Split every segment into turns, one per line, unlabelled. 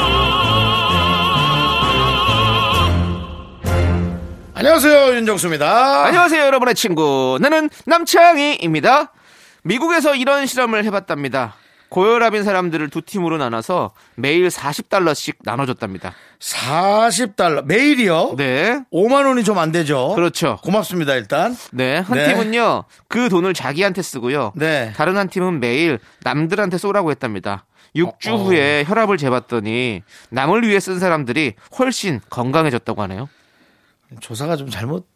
안녕하세요 윤정수입니다.
아. 안녕하세요, 여러분의 친구. 나는 남창희입니다. 미국에서 이런 실험을 해봤답니다. 고혈압인 사람들을 두 팀으로 나눠서 매일 40달러씩 나눠줬답니다.
40달러 매일이요?
네.
5만 원이 좀 안 되죠.
그렇죠.
고맙습니다 일단.
네. 한
어? 네.
팀은요, 그 돈을 자기한테 쓰고요.
네.
다른 한 팀은 매일 남들한테 쏘라고 했답니다. 6주
어, 어.
후에 혈압을 재봤더니 남을 위해 쓴 사람들이 훨씬 건강해졌다고 하네요.
조사가 좀 잘못.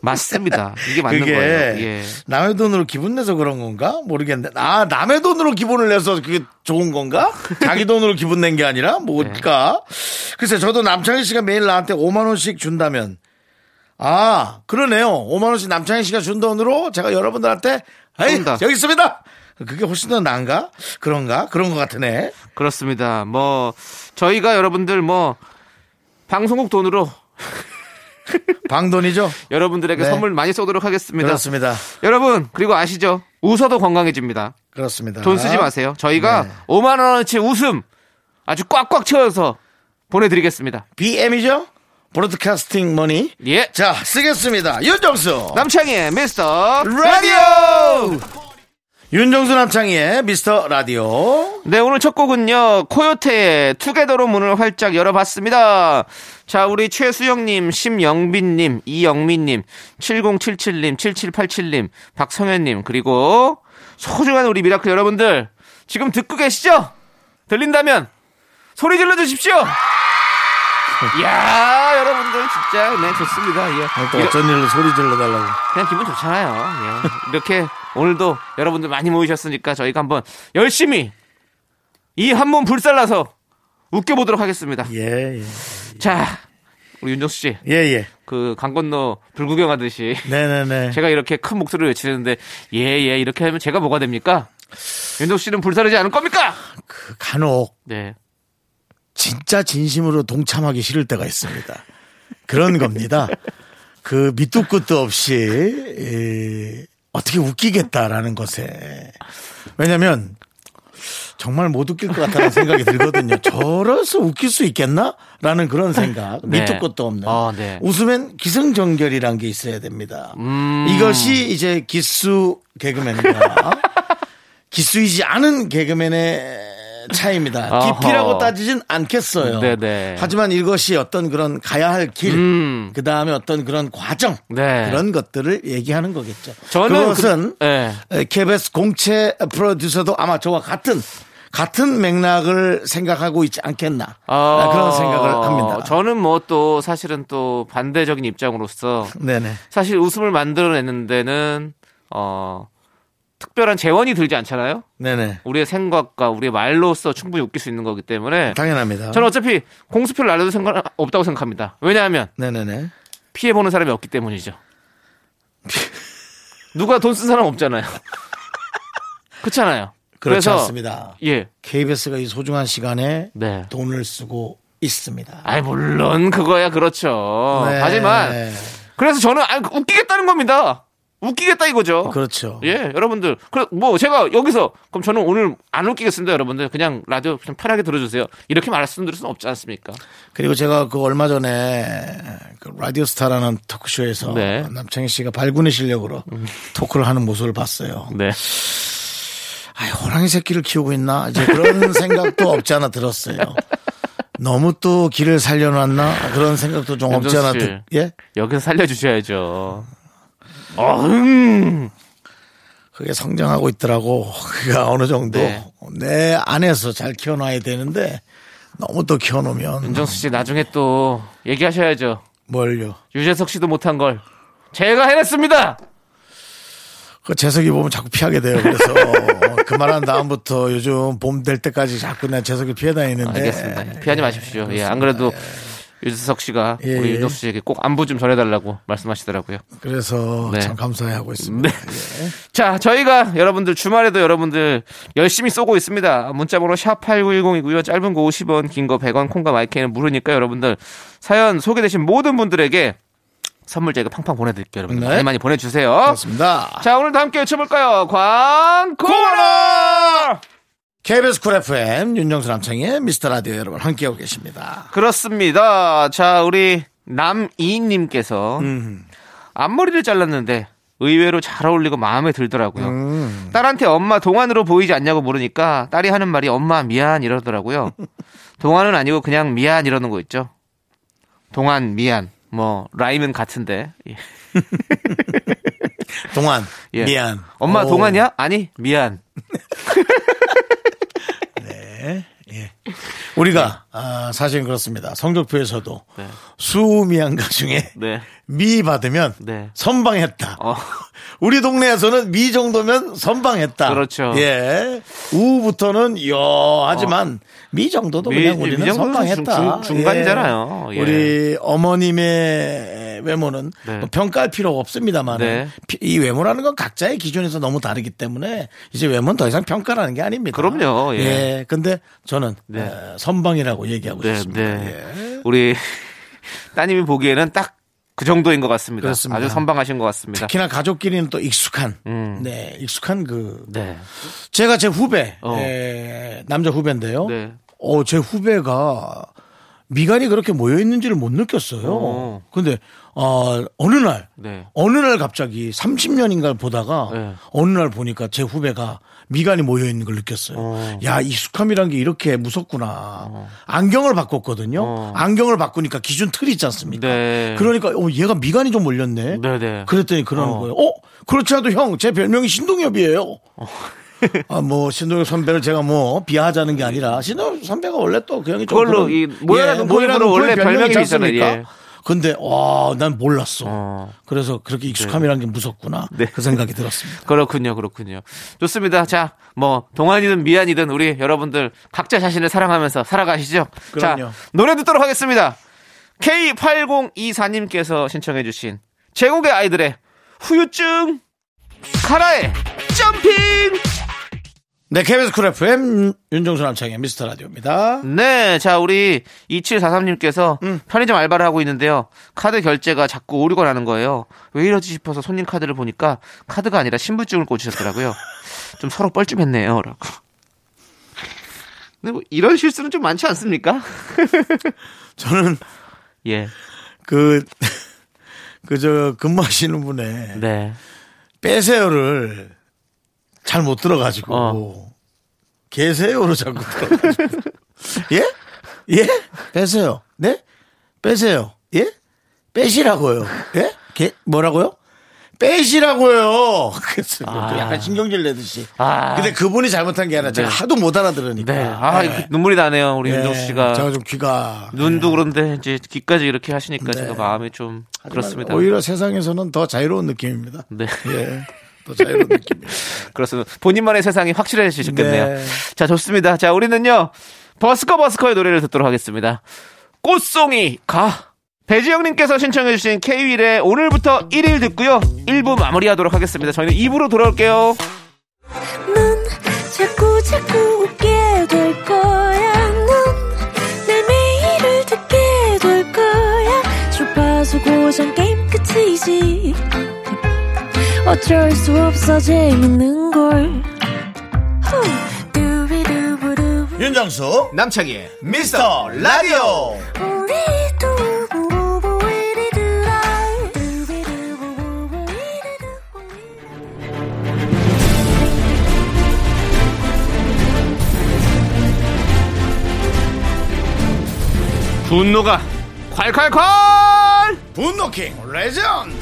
맞습니다. 이게 맞는
그게
거예요. 예.
남의 돈으로 기분 내서 그런 건가 모르겠는데. 아 남의 돈으로 기분을 내서 그게 좋은 건가? 자기 돈으로 기분 낸 게 아니라
네.
뭘까? 글쎄 저도 남창희 씨가 매일 나한테 5만 원씩 준다면 아 그러네요. 5만 원씩 남창희 씨가 준 돈으로 제가 여러분들한테 에이,
쏜다.
여기 있습니다. 그게 훨씬 더 나은가? 그런가? 그런 것 같으네.
그렇습니다. 뭐 저희가 여러분들 뭐 방송국 돈으로
방돈이죠.
여러분들에게
네.
선물 많이 쏘도록 하겠습니다.
그렇습니다.
여러분 그리고 아시죠? 웃어도 건강해집니다.
그렇습니다.
돈 쓰지 마세요. 저희가
아. 네.
5만 원어치 웃음 아주 꽉꽉 채워서 보내드리겠습니다.
BM이죠? 브로드카스팅 머니.
예.
자, 쓰겠습니다. 윤정수.
남창희의 미스터
라디오! 윤정수 남창희의 미스터 라디오.
네, 오늘 첫 곡은요, 코요태의 투게더로 문을 활짝 열어봤습니다. 자, 우리 최수영님, 심영빈님, 이영민님, 7077님, 7787님, 박성현님, 그리고 소중한 우리 미라클 여러분들, 지금 듣고 계시죠? 들린다면, 소리 질러 주십시오! 이야, 여러분들, 진짜, 네, 좋습니다. 예.
네. 아, 또
이러-
어쩐 일로 소리 질러달라고.
그냥 기분 좋잖아요. 예. 이렇게 오늘도 여러분들 많이 모이셨으니까 저희가 한번 열심히 이 한 몸 불살라서 웃겨보도록 하겠습니다.
예, 예.
자, 우리 윤정수 씨,
예, 예.
그 강 건너 불구경하듯이
네네네.
제가 이렇게 큰 목소리를 외치는데 예, 예, 이렇게 하면 제가 뭐가 됩니까? 윤정수 씨는 불사르지 않을 겁니까?
그 간혹
네.
진짜 진심으로 동참하기 싫을 때가 있습니다. 그런 겁니다. 그 밑도 끝도 없이 예, 어떻게 웃기겠다라는 것에 왜냐면 정말 못 웃길 것 같다는 생각이 들거든요. 저래서 웃길 수 있겠나라는 그런 생각
네.
밑도 끝도 없는
아, 네.
웃음엔 기승전결이란 게 있어야 됩니다.
음.
이것이 이제 기수 개그맨과 기수이지 않은 개그맨의 차이입니다.
어허.
깊이라고 따지진 않겠어요.
네네.
하지만 이것이 어떤 그런 가야 할 길,
음.
그 다음에 어떤 그런 과정,
네.
그런 것들을 얘기하는 거겠죠.
저는
그것은
그- 네.
KBS 공채 프로듀서도 아마 저와 같은 같은 맥락을 생각하고 있지 않겠나 네,
어,
아, 그런 생각을 합니다.
저는 뭐 또 사실은 또 반대적인 입장으로서
네네.
사실 웃음을 만들어내는 데는 어 특별한 재원이 들지 않잖아요.
네네.
우리의 생각과 우리의 말로써 충분히 웃길 수 있는 거기 때문에
당연합니다.
저는 어차피 공수표를 날려도 상관 없다고 생각합니다. 왜냐하면
네네네.
피해 보는 사람이 없기 때문이죠. 누가 돈 쓴 사람 없잖아요. 그렇잖아요.
그렇지
래서
않습니다.
예,
KBS가 이 소중한 시간에
네.
돈을 쓰고 있습니다.
아이 물론 그거야 그렇죠.
네.
하지만 그래서 저는 아 웃기겠다는 겁니다. 웃기겠다 이거죠.
그렇죠.
예, 여러분들. 그래, 뭐, 제가 여기서, 그럼 저는 오늘 안 웃기겠습니다, 여러분들. 그냥 라디오 그냥 편하게 들어주세요. 이렇게 말씀드릴 수는 없지 않습니까?
그리고 제가 그 얼마 전에 그 라디오스타라는 토크쇼에서
네.
남창희 씨가 발군의 실력으로 토크를 하는 모습을 봤어요.
네.
아, 호랑이 새끼를 키우고 있나? 이제 그런 생각도 없지 않아 들었어요. 너무 또 길을 살려놨나? 그런 생각도 좀 없지 않아
윤정수 씨.
들. 예?
여기서 살려주셔야죠. 어흥!
그게 성장하고 있더라고. 그가 어느 정도
네.
내 안에서 잘 키워놔야 되는데 너무 또 키워놓으면
윤정수 씨, 나중에 또 얘기하셔야죠.
뭘요?
유재석 씨도 못한 걸. 제가 해냈습니다!
그 재석이 보면 자꾸 피하게 돼요. 그래서 그 말한 다음부터 요즘 봄 될 때까지 자꾸 나 재석이 피해 다니는데
알겠습니다. 피하지 마십시오. 예, 안 네. 그래도 유재석 씨가
예,
우리
예.
윤정수 씨에게 꼭 안부 좀 전해달라고 말씀하시더라고요.
그래서
네.
참 감사해 하고 있습니다. 예,
네. 자, 저희가 여러분들 주말에도 여러분들 열심히 쏘고 있습니다. 문자번호 샵 8910이고요. 짧은 거 50원, 긴 거 100원, 콩과 마이크는 무료니까 여러분들 사연 소개되신 모든 분들에게 선물 저희가 팡팡 보내드릴게요. 여러분들
네.
많이 많이 보내주세요.
그렇습니다.
자, 오늘도 함께 외쳐볼까요? 광고라!
KBS 쿨 FM 윤정수 남창의 미스터 라디오 여러분 함께하고 계십니다.
그렇습니다. 자, 우리 남이인님께서
음.
앞머리를 잘랐는데 의외로 잘 어울리고 마음에 들더라고요. 딸한테 엄마 동안으로 보이지 않냐고 물으니까 딸이 하는 말이 엄마 미안 이러더라고요. 동안은 아니고 그냥 미안 이러는 거 있죠. 동안 미안 뭐 라임은 같은데 예.
동안
예.
미안.
엄마
오,
동안이야? 아니 미안.
우리가 아, 사실 그렇습니다. 성적표에서도
네.
수미안가 중에
네.
미 받으면
네.
선방했다.
어.
우리 동네에서는 미 정도면 선방했다.
그렇죠.
예. 우부터는 여 하지만 미 정도도
미-
그냥
미
우리는
정도는
선방했다.
중- 중- 중간이잖아요. 예.
우리 어머님의 외모는
네.
뭐 평가할 필요가 없습니다만
네.
이 외모라는 건 각자의 기준에서 너무 다르기 때문에 이제 외모는 더 이상 평가라는 게 아닙니다.
그럼요. 예.
근데 저는
네.
에, 선방이라고 얘기하고
네,
싶습니다.
네.
예.
우리 따님이 보기에는 딱 그 정도인 것 같습니다.
그렇습니다.
아주 선방하신 것 같습니다.
특히나 가족끼리는 또 익숙한,
음.
네, 익숙한 그
네.
제가 제 후배
어.
에, 남자 후배인데요.
네.
어, 제 후배가 미간이 그렇게 모여 있는지를 못 느꼈어요.
어.
근데 어, 어느 날
네.
어느 날 갑자기 30년인가를 보다가
네.
어느 날 보니까 제 후배가 미간이 모여 있는 걸 느꼈어요.
어.
야 익숙함이란 게 이렇게 무섭구나. 안경을 바꿨거든요.
어.
안경을 바꾸니까 기준 틀이 있지 않습니까?
네.
그러니까 어, 얘가 미간이 좀 몰렸네.
네네.
그랬더니 그러는
어.
거예요. 어? 그렇지 않아도 형, 제 별명이 신동엽이에요. 아, 뭐, 신동엽 선배를 제가 뭐, 비하하자는 게 아니라, 신동엽 선배가 원래 또 그 형이 좀.
그걸로
그런- 예,
이 모여라 눈코입으로
모여라 눈코입
원래 별명이
있지
있잖아요.
않습니까?
예.
근데, 와, 난 몰랐어.
어.
그래서 그렇게 익숙함이라는 게 무섭구나.
네.
그 생각이 들었습니다.
그렇군요, 그렇군요. 좋습니다. 자, 뭐 동안이든 미안이든 우리 여러분들 각자 자신을 사랑하면서 살아가시죠.
그럼요.
자, 노래 듣도록 하겠습니다. K8024님께서 신청해주신 제국의 아이들의 후유증 카라의 점핑.
네, KBS 쿨 FM 윤정수 남창의 미스터 라디오입니다.
네, 자 우리 2743님께서 편의점 알바를 하고 있는데요. 카드 결제가 자꾸 오류가 나는 거예요. 왜 이러지 싶어서 손님 카드를 보니까 카드가 아니라 신분증을 꽂으셨더라고요. 좀 서로 뻘쭘했네요.라고. 근데 뭐 이런 실수는 좀 많지 않습니까?
저는
예,
그, 그, 저, 근무하시는 분의
네,
빼세요를 잘 못 들어가지고
어.
계세요로 자꾸 들어가지고 예? 예? 빼세요. 네? 빼세요. 예? 빼시라고요. 예? 개, 뭐라고요? 빼시라고요. 그래서 또 약간 신경질 내듯이.
아.
근데 그분이 잘못한 게 아니라 제가 하도 못 알아들으니까.
네. 아
네.
이렇게 눈물이 나네요, 네. 우리
네.
윤정수 씨가.
제가 좀 귀가
눈도 그런데 이제 귀까지 이렇게 하시니까
네.
제가 마음이 좀 그렇습니다.
오히려 세상에서는 더 자유로운 느낌입니다.
네.
예. 더 자유로운 느낌입니다.
그렇습니다. 본인만의 세상이 확실해지셨겠네요.
네.
자, 좋습니다. 자, 우리는요, 버스커 버스커의 노래를 듣도록 하겠습니다. 꽃송이 가. 배지영님께서 신청해주신 K-윌의 오늘부터 1일 듣고요. 1부 마무리하도록 하겠습니다. 저희는 2부로 돌아올게요.
넌 자꾸 자꾸 웃게 될 거야. 넌내 매일을 듣게 될 거야. 주파수 고정 게임 끝이지. 어쩔 수 없어 재밌는 걸. 후. 두비두부두부.
윤정수
남창희의
미스터 라디오
우리 두부부부 우리 두라. 두비두부부부 우리 두부부.
분노가 콸콸콸!
분노킹 레전드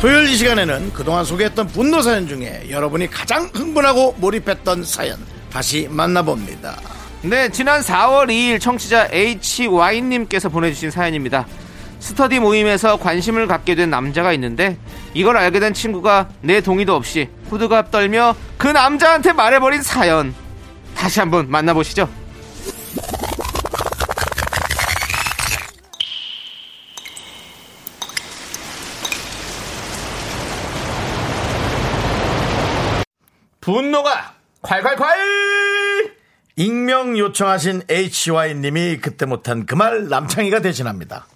토요일 이 시간에는 그동안 소개했던 분노 사연 중에 여러분이 가장 흥분하고 몰입했던 사연 다시 만나봅니다
네, 지난 4월 2일 청취자 HY님께서 보내주신 사연입니다. 스터디 모임에서 관심을 갖게 된 남자가 있는데 이걸 알게 된 친구가 내 동의도 없이 호두갑 떨며 그 남자한테 말해버린 사연. 다시 한번 만나보시죠. 분노가 콸콸콸!
익명 요청하신 HY님이 그때 못한 그 말 남창희가 대신합니다.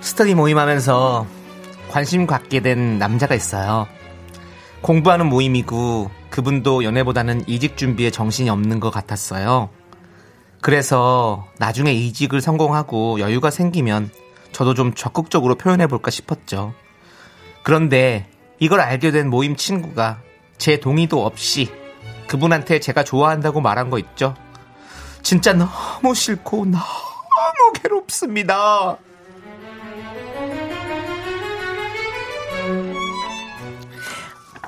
스터디 모임하면서 관심 갖게 된 남자가 있어요. 공부하는 모임이고 그분도 연애보다는 이직 준비에 정신이 없는 것 같았어요. 그래서 나중에 이직을 성공하고 여유가 생기면 저도 좀 적극적으로 표현해 볼까 싶었죠. 그런데 이걸 알게 된 모임 친구가 제 동의도 없이 그분한테 제가 좋아한다고 말한 거 있죠. 진짜 너무 싫고 너무 괴롭습니다.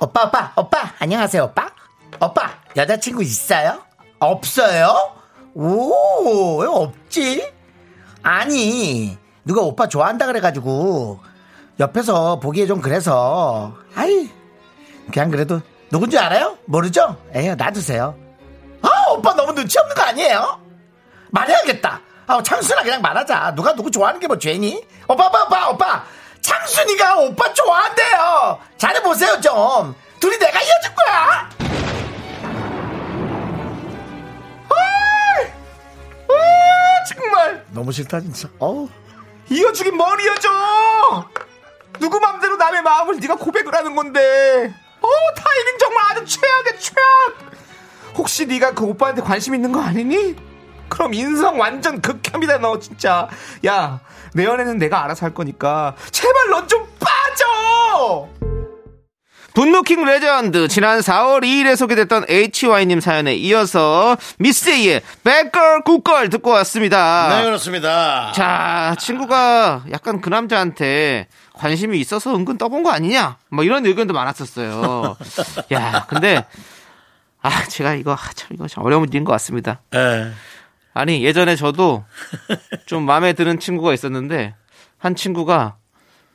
오빠 오빠 오빠 안녕하세요 오빠 오빠 여자친구 있어요? 없어요? 오 왜 없지? 아니 누가 오빠 좋아한다 그래가지고 옆에서 보기에 좀 그래서 아이 그냥 그래도 누군지 알아요? 모르죠? 에휴 놔두세요 아 오빠 너무 눈치 없는 거 아니에요? 말해야겠다 아 창순아 그냥 말하자 누가 누구 좋아하는 게 뭐 죄니? 오빠 오빠 오빠 오빠 창순이가 오빠 좋아한대요 잘해보세요 좀 둘이 내가 이어줄 거야
정말
너무 싫다 진짜. 어우.
이어주긴 뭘 이어줘 누구 맘대로 남의 마음을 네가 고백을 하는 건데 어 타이밍 정말 아주 최악의 최악 혹시 네가 그 오빠한테 관심 있는 거 아니니? 그럼 인성 완전 극혐이다 너 진짜 야 내 연애는 내가 알아서 할 거니까 제발 넌 좀 빠져 분노킹 레전드 지난 4월 2일에 소개됐던 HY님 사연에 이어서 미스에이의 백걸 굿걸 듣고 왔습니다
네, 그렇습니다.
아. 자, 친구가 약간 그 남자한테 관심이 있어서 은근 떠본 거 아니냐? 뭐 이런 의견도 많았었어요. 야, 근데 아, 제가 이거 아, 참 이거 참 어려운 문제인 것 같습니다.
예.
아니, 예전에 저도 좀 마음에 드는 친구가 있었는데 한 친구가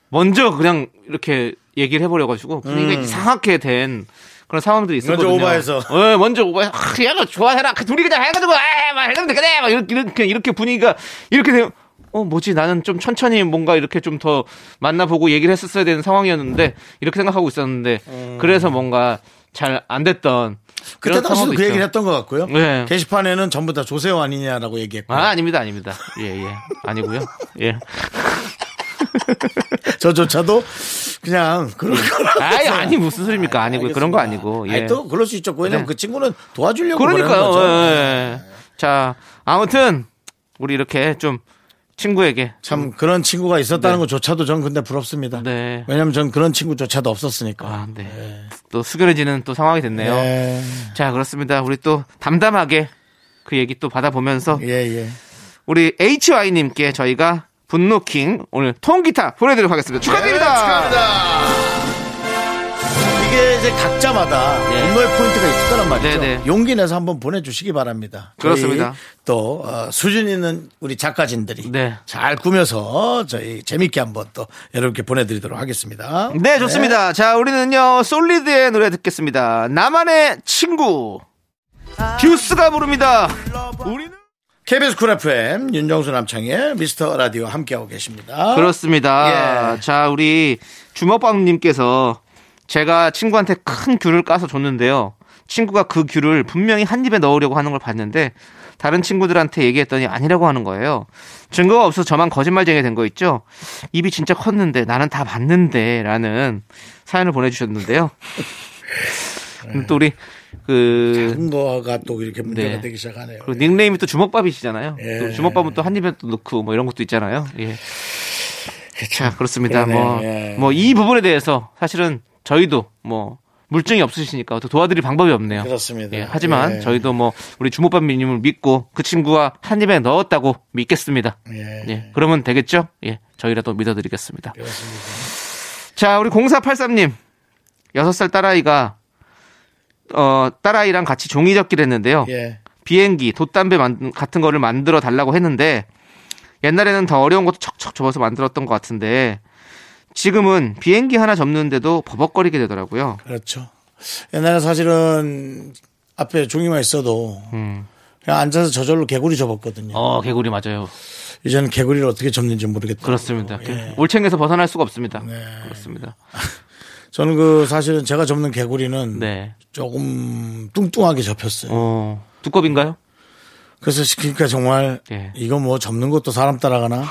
먼저 그냥 이렇게 얘기를 해버려 가지고 분위기가 이상하게 된 그런 상황도 있었거든요.
음. 오버해서.
예, 먼저 오버해서 아, 얘가 좋아해라. 그 둘이 그냥 해가지고 에막 이러면 되겠네. 막 이렇게 이렇게 이렇게 분위기가 이렇게 되면 어 뭐지 나는 좀 천천히 뭔가 이렇게 좀 더 만나보고 얘기를 했었어야 되는 상황이었는데 이렇게 생각하고 있었는데 그래서 뭔가 잘 안 됐던
음. 그때 당시도 그 얘기를 했던 것 같고요.
네.
게시판에는 전부 다 조세호 아니냐라고 얘기했고.
아 아닙니다 아닙니다 예예 아니고요 예
저조차도 그냥 그런 거라.
네. 아이 아니 무슨 소리입니까 아니고 요 그런 거 아니고 예
아니, 또 그럴 수 있죠. 왜냐면
네.
그 친구는 도와주려고 그러는
그러니까요.
거죠.
예, 예. 자, 아무튼 우리 이렇게 좀 친구에게
참 그런 친구가 있었다는 것조차도 전 근데 부럽습니다.
네.
왜냐면 전 그런 친구조차도 없었으니까.
아, 네. 또 숙연해지는 또 상황이 됐네요.
예.
자, 그렇습니다. 우리 또 담담하게 그 얘기 또 받아보면서
예, 예.
우리 HY님께 저희가 분노킹 오늘 통기타 보내드리도록 하겠습니다. 네, 축하드립니다.
이게 이제 각자마다
네.
분노의 포인트가 있을 거란 말이죠.
네, 네.
용기 내서 한번 보내주시기 바랍니다. 저희
그렇습니다.
또 어, 수준 있는 우리 작가진들이
네.
잘 꾸며서 저희 재밌게 한번 또 여러분께 보내드리도록 하겠습니다.
네, 좋습니다. 자, 우리는요, 솔리드의 노래 듣겠습니다. 나만의 친구. 듀스가 부릅니다. 우리는.
KBS 쿨 FM 윤정수 남창의 미스터 라디오 함께하고 계십니다.
그렇습니다.
아, 예.
자, 우리 주먹밥님께서 제가 친구한테 큰 귤을 까서 줬는데요. 친구가 그 귤을 분명히 한 입에 넣으려고 하는 걸 봤는데 다른 친구들한테 얘기했더니 아니라고 하는 거예요. 증거가 없어서 저만 거짓말쟁이 된 거 있죠. 입이 진짜 컸는데 나는 다 봤는데라는 사연을 보내주셨는데요. 근데 또 우리 그
분노가 또 이렇게 문제가
네.
되기 시작하네요.
그리고 닉네임이 또 주먹밥이시잖아요.
예.
또 주먹밥은 또 한 입에 또 넣고 뭐 이런 것도 있잖아요. 예. 자, 그렇습니다.
그렇죠. 그러네요.
뭐,
예.
뭐 이 부분에 대해서 사실은 저희도 뭐 물증이 없으시니까 또 도와드릴 방법이 없네요.
그렇습니다.
예, 하지만
예.
저희도 뭐 우리 주먹밥님을 믿고 그 친구가 한 입에 넣었다고 믿겠습니다.
예.
예, 그러면 되겠죠? 예, 저희라도 믿어드리겠습니다. 자, 우리 0483님. 6살 딸아이가, 어, 딸아이랑 같이 종이접기를 했는데요.
예.
비행기, 돛담배 만- 같은 거를 만들어 달라고 했는데 옛날에는 더 어려운 것도 척척 접어서 만들었던 것 같은데 지금은 비행기 하나 접는데도 버벅거리게 되더라고요.
그렇죠. 옛날에 사실은 그렇죠. 앞에 종이만 있어도 그냥 앉아서 저절로 개구리 접었거든요.
음. 어, 개구리 맞아요.
이제는 개구리를 어떻게 접는지 모르겠다. 네.
그렇습니다.
예.
올챙에서 벗어날 수가 없습니다. 그렇습니다.
저는 그 사실은 제가 접는 개구리는
네.
조금 뚱뚱하게 접혔어요.
어, 두꺼비인가요?
그래서 시키니까 정말
예.
이거 뭐 접는 것도 사람 따라가나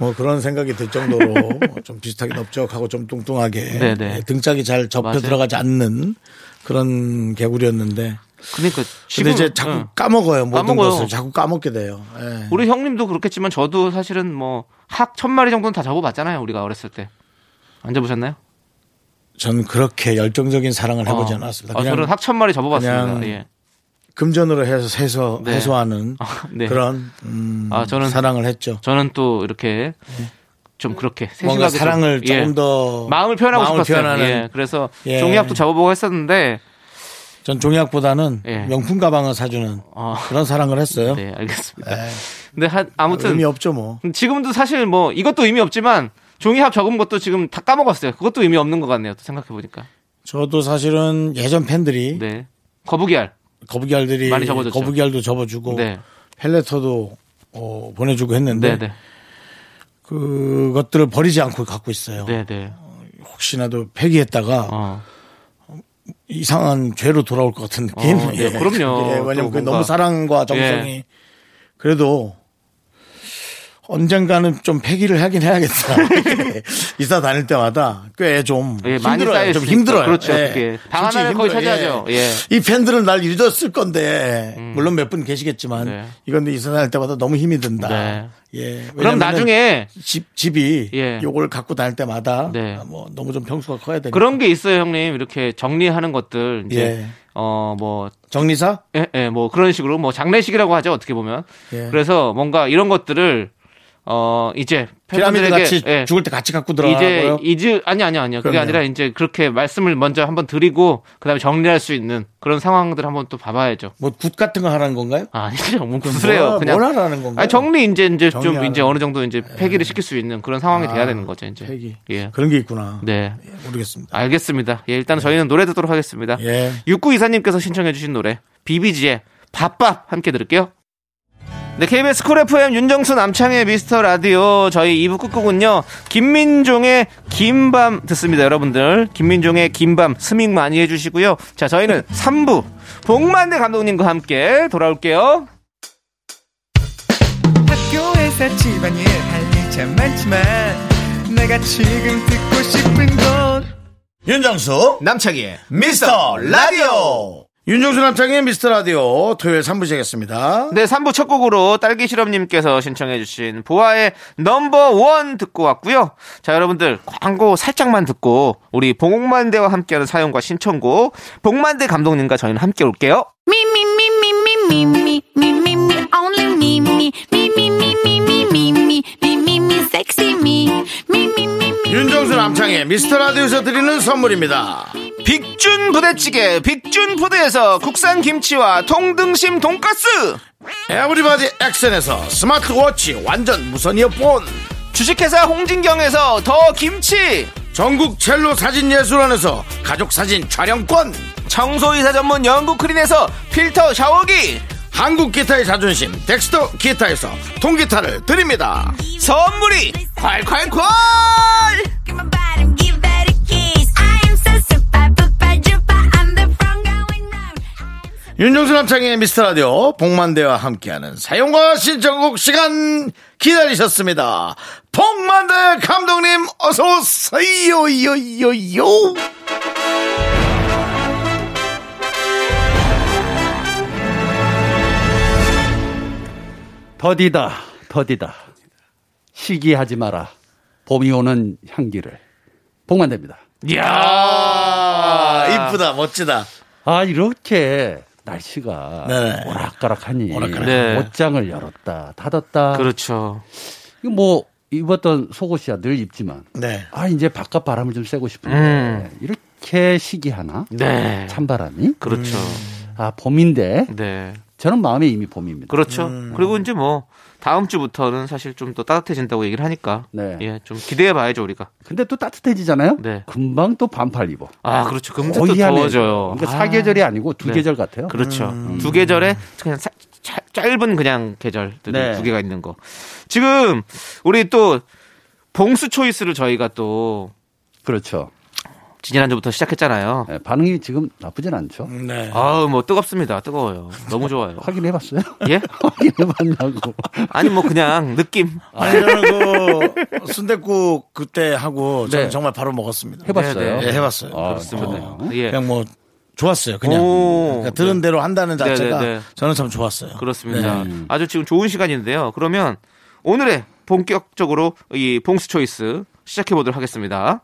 뭐 그런 생각이 들 정도로 뭐 좀 비슷하게 넓적하고 좀 뚱뚱하게
네, 네.
예, 등짝이 잘 접혀
맞아요.
들어가지 않는 그런 개구리였는데
그러니까
근데
지금-
이제 자꾸
응.
까먹어요 모든
까먹어요.
것을 자꾸 까먹게 돼요. 예.
우리 형님도 그렇겠지만 저도 사실은 뭐 학 천 마리 정도는 다 접어봤잖아요. 우리가 어렸을 때. 안 접으셨나요?
저는 그렇게 열정적인 사랑을 해보지
어.
않았습니다.
어,
그냥
저는 학천 마리 접어봤습니다.
그냥
예.
금전으로 해서 해소,
네.
해소하는
아, 네.
그런 음,
아, 저는-
사랑을 했죠.
저는 또 이렇게 좀 그렇게
네. 뭔가
세심하게 좀-
사랑을
예.
조금 더
마음을 표현하고
마음을
싶었어요.
표현하는
예. 그래서
예.
종이학도 접어보고 했었는데
전 종이학보다는
예.
명품 가방을 사주는
어.
그런 사랑을 했어요.
네 알겠습니다. 근데 한, 아무튼
의미 없죠 뭐.
지금도 사실 뭐 이것도 의미 없지만 종이학 적은 것도 지금 다 까먹었어요. 그것도 의미 없는 것 같네요. 또 생각해 보니까.
저도 사실은 예전 팬들이
네. 거북이알.
거북이알들이
많이 접어줬죠.
거북이알도 접어주고
네.
펠레터도 어, 보내주고 했는데
네, 네.
그것들을 버리지 않고 갖고 있어요.
네, 네.
혹시나도 폐기했다가
어.
이상한 죄로 돌아올 것 같은 느낌.
어, 네, 그럼요.
예,
또
왜냐면 그게
뭔가- 예.
너무 사랑과 정성이 그래도 언젠가는 좀 폐기를 하긴 해야겠다. 이렇게 이사 다닐 때마다 꽤 좀
예, 많이
힘들어요. 좀
쌓여있으니까.
힘들어요.
그렇죠, 그게. 방
솔직히
하나를 거의
힘들어요.
차지하죠. 예. 음.
이 팬들은 날 잊었을 건데 물론 몇 분 계시겠지만
네.
이건 이사 다닐 때마다 너무 힘이 든다.
네.
예.
그럼
왜냐면은
나중에
집 집이
예.
요걸 갖고 다닐 때마다
네.
뭐 너무 좀 평수가 커야 되니까
그런 게 있어요, 형님. 이렇게 정리하는 것들 이제
예.
어뭐
정리사
예, 예, 뭐 그런 식으로 뭐 장례식이라고 하죠 어떻게 보면.
예.
그래서 뭔가 이런 것들을 어 이제
피라미드
팬분들에게,
같이
예,
죽을 때 같이 갖고
이제
들어가고요.
이제 아니 아니 아니요 그게
그럼요.
아니라 이제 그렇게 말씀을 먼저 한번 드리고 그다음에 정리할 수 있는 그런 상황들 한번 또 봐봐야죠.
뭐 굿 같은 거 하라는 건가요?
아, 아니죠. 뭐 구슬해요.
뭘-
그냥
뭘 하라는 건가요?
아니, 정리 이제 이제 좀
정리하라는 예.
이제 어느 정도 이제 폐기를 시킬 수 있는 그런 상황이 돼야
아,
되는 거죠 이제.
폐기.
예.
그런 게 있구나. 예,
네.
모르겠습니다.
알겠습니다. 예, 일단 은 저희는 노래 듣도록 하겠습니다.
예.
육구 이사님께서 신청해주신 노래 비비지의 밥밥 함께 들을게요. 네, KBS 쿨 FM 윤정수 남창의 미스터 라디오 저희 2부 끝곡은요 김민종의 김밤 듣습니다 여러분들 김민종의 김밤 스밍 많이 해주시고요 자 저희는 3부 복만대 감독님과 함께 돌아올게요
학교에서 집안일 할 일 참 많지만 내가 지금 듣고 싶은 건
윤정수
남창희의
미스터 라디오. 윤정수 남창의 미스터 라디오 토요일 3부 시작했습니다.
네 3부 첫 곡으로 딸기 실험님께서 신청해주신 보아의 넘버 원 듣고 왔고요 자 여러분들 광고 살짝만 듣고 우리 복만대와 함께하는 사연과 신청곡 복만대 감독님과 저희는 함께 올게요
Me, me, me, me, me, me, me, me, me, me, only me, me, me, me, me, me, me, me, me, me, me, me, sexy me, me, me, me, me.
윤정수 남창의 미스터 라디오에서 드리는 선물입니다.
빅준 부대찌개 빅준 푸드에서 국산 김치와 통등심 돈가스
에브리바디 액션에서 스마트워치 완전 무선 이어폰.
주식회사 홍진경에서 더 김치
전국 첼로 사진 예술원에서 가족 사진 촬영권.
청소이사 전문 영국 크린에서 필터 샤워기
한국 기타의 자존심 덱스터 기타에서 통기타를 드립니다.
선물이 콸콸콸
Give my body, give that a kiss. I am so super, super, duper. I'm the front going round.
윤정수 남창의 미스터라디오 복만대와 함께하는 사용과 신청곡 시간 기다리셨습니다. 복만대 감독님 어서 오세요. 요, 요, 요.
더디다, 더디다. 시기하지 마라. 봄이 오는 향기를. 복만 됩니다.
아, 이쁘다 멋지다.
아, 이렇게 날씨가
네.
오락가락하니
오락가락.
네.
옷장을 열었다, 닫았다.
그렇죠
이거 뭐 입었던 속옷이야 늘 입지만.
네.
아, 이제 바깥 바람을 좀 쐬고 싶은데. 이렇게 시기하나?
음. 네
찬바람이?
그렇죠
아, 봄인데
네
저는 마음에 이미 봄입니다.
그렇죠.
음.
그리고 이제 뭐 다음 주부터는 사실 좀 더 따뜻해진다고 얘기를 하니까
네.
예, 좀 기대해 봐야죠 우리가.
근데 또 따뜻해지잖아요.
네.
금방 또 반팔 입어.
아, 그렇죠. 금세 또
거의 한 해.
더워져요.
그러니까
아.
사계절이 음. 아니고 두
네.
계절 같아요.
그렇죠. 두 계절에 그냥 사- 짜- 짧은 그냥 계절들
네.
두 개가 있는 거. 지금 우리 또 봉수 초이스를 저희가 또
그렇죠.
지난주부터 시작했잖아요.
네, 반응이 지금 나쁘진 않죠.
네.
아우 뭐 뜨겁습니다. 뜨거워요. 너무 좋아요.
확인해봤어요?
예?
확인해봤냐고.
아니 뭐 그냥 느낌.
아니 저는 그 순대국 그때 하고 저는
네.
정말 바로 먹었습니다.
해봤어요.
네,
예, 해봤어요.
아,
그렇습니다.
어.
예.
그냥 뭐 좋았어요. 그냥
오.
그러니까 들은 대로 한다는
네, 네,
자체가
네.
저는 참 좋았어요.
그렇습니다.
네.
아주 지금 좋은 시간인데요. 그러면 오늘의 본격적으로 이 봉수 초이스 시작해 보도록 하겠습니다.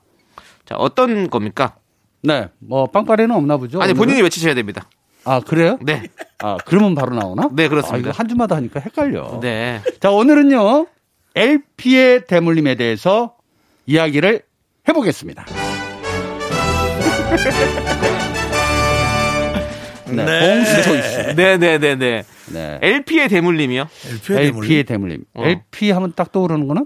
자, 어떤 겁니까?
네, 뭐 빵빠레는 없나 보죠.
아니,
오늘은?
본인이 외치셔야 됩니다.
아 그래요?
네.
아 그러면 바로 나오나?
네, 그렇습니다.
아, 이거 한 주마다 하니까 헷갈려.
네.
자 오늘은요 LP의 대물림에 대해서 이야기를 해보겠습니다. 네, 봉수 초이스.
네, 네, 네, 네.
네.
LP의 대물림이요.
LP의
LP의
대물림.
대물림.
어.
LP 하면 딱 떠오르는구나.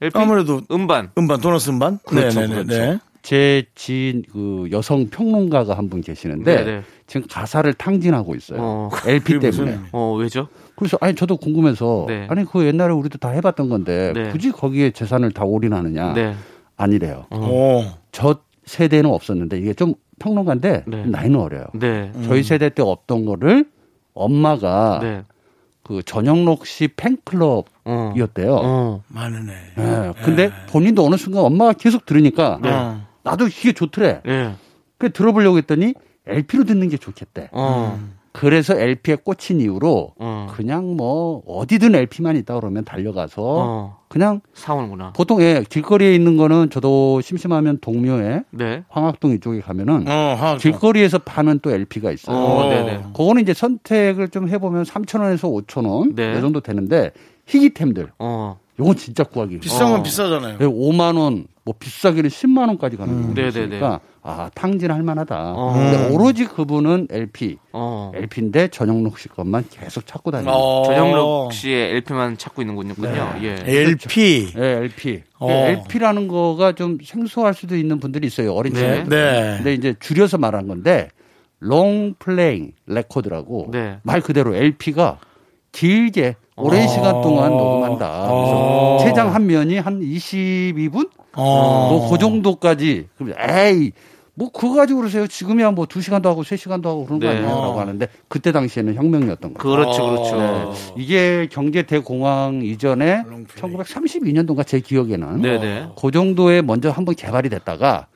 LP
아무래도
음반.
음반 도넛 음반.
그렇죠,
네, 네, 네,
그렇죠.
네.
제 지인 그 여성 평론가가 한 분 계시는데
네네.
지금 가사를 탕진하고 있어요.
어.
LP
그게 무슨
때문에.
어, 왜죠?
그래서 아니 저도 궁금해서
네.
아니 그 옛날에 우리도 다 해봤던 건데
네.
굳이 거기에 재산을 다 올인하느냐?
네.
아니래요.
오.
저 세대는 없었는데 이게 좀 평론가인데
네.
나이는 어려요.
네.
음.
저희 세대 때 없던 거를 엄마가
네.
그 전영록 씨
어.
팬클럽이었대요.
어.
많으네.
예, 근데 본인도 어느 순간 엄마가 계속 들으니까
어.
나도 이게 좋더래.
네. 예.
그 들어보려고 했더니 LP로 듣는 게 좋겠대.
어.
음. 그래서 LP에 꽂힌 이후로
어.
그냥 뭐 어디든 LP만 있다 그러면 달려가서
어.
그냥
사오는구나.
보통 예, 길거리에 있는 거는 저도 심심하면 동묘에
네.
황학동 이쪽에 가면은
어, 하고.
길거리에서 파는 또 LP가 있어요.
아, 그렇죠. 어, 네, 네.
그거는 이제 선택을 좀 해보면 3,000원에서 5,000원
네.
이 정도 되는데 희귀템들
어.
요건 진짜 구하기 힘들어요.
비싼 건
어.
비싸잖아요.
5만 예, 원, 뭐 비싸게는 10만 원까지 가는 경우도
네네네.
있으니까 아 탕진할 만하다.
어.
근데 오로지 그분은 LP,
어.
LP인데 전영록 씨 것만 계속 찾고 다니는.
어.
전영록 씨의 LP만 찾고 있는군요.
네.
예.
LP.
예, LP.
어.
LP라는 거가 좀 생소할 수도 있는 분들이 있어요. 어린
네.
층에.
네.
근데 이제 줄여서 말한 건데 롱 플레잉 레코드라고
네.
말 그대로 LP가 길게
아.
오랜 시간 동안 녹음한다. 그래서
어.
최장 한 면이 한 22분?
아.
어.
뭐 그 정도까지. 그럼 에이 뭐 그거 가지고 그러세요. 지금이야 뭐 2시간도 하고 3시간도 하고 그런 거
네.
아니냐라고 하는데 그때 당시에는 혁명이었던 거예요.
그렇죠, 그렇죠.
이게 경제 대공황 이전에 1932년도인가 제 기억에는
네네.
그 정도에 먼저 한번 개발이 됐다가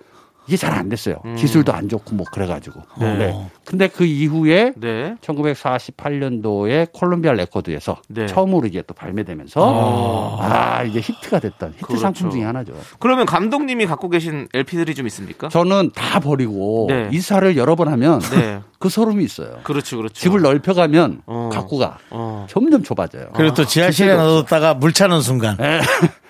이게 잘 안 됐어요. 기술도 안 좋고 뭐 그래가지고.
음. 네.
근데 그 이후에
네.
1948년도에 콜롬비아 레코드에서
네.
처음으로 이게 또 발매되면서 아, 이게 히트가 됐던 히트
그렇죠.
상품 중에 하나죠.
그러면 감독님이 갖고 계신 LP들이 좀 있습니까?
저는 다 버리고
네.
이사를 여러 번 하면
네.
그 소름이 있어요.
그렇죠, 그렇죠.
집을 넓혀가면
어.
갖고 가.
어.
점점 좁아져요. 네.
그리고 또 지하실에 놔뒀다가 물 차는 순간.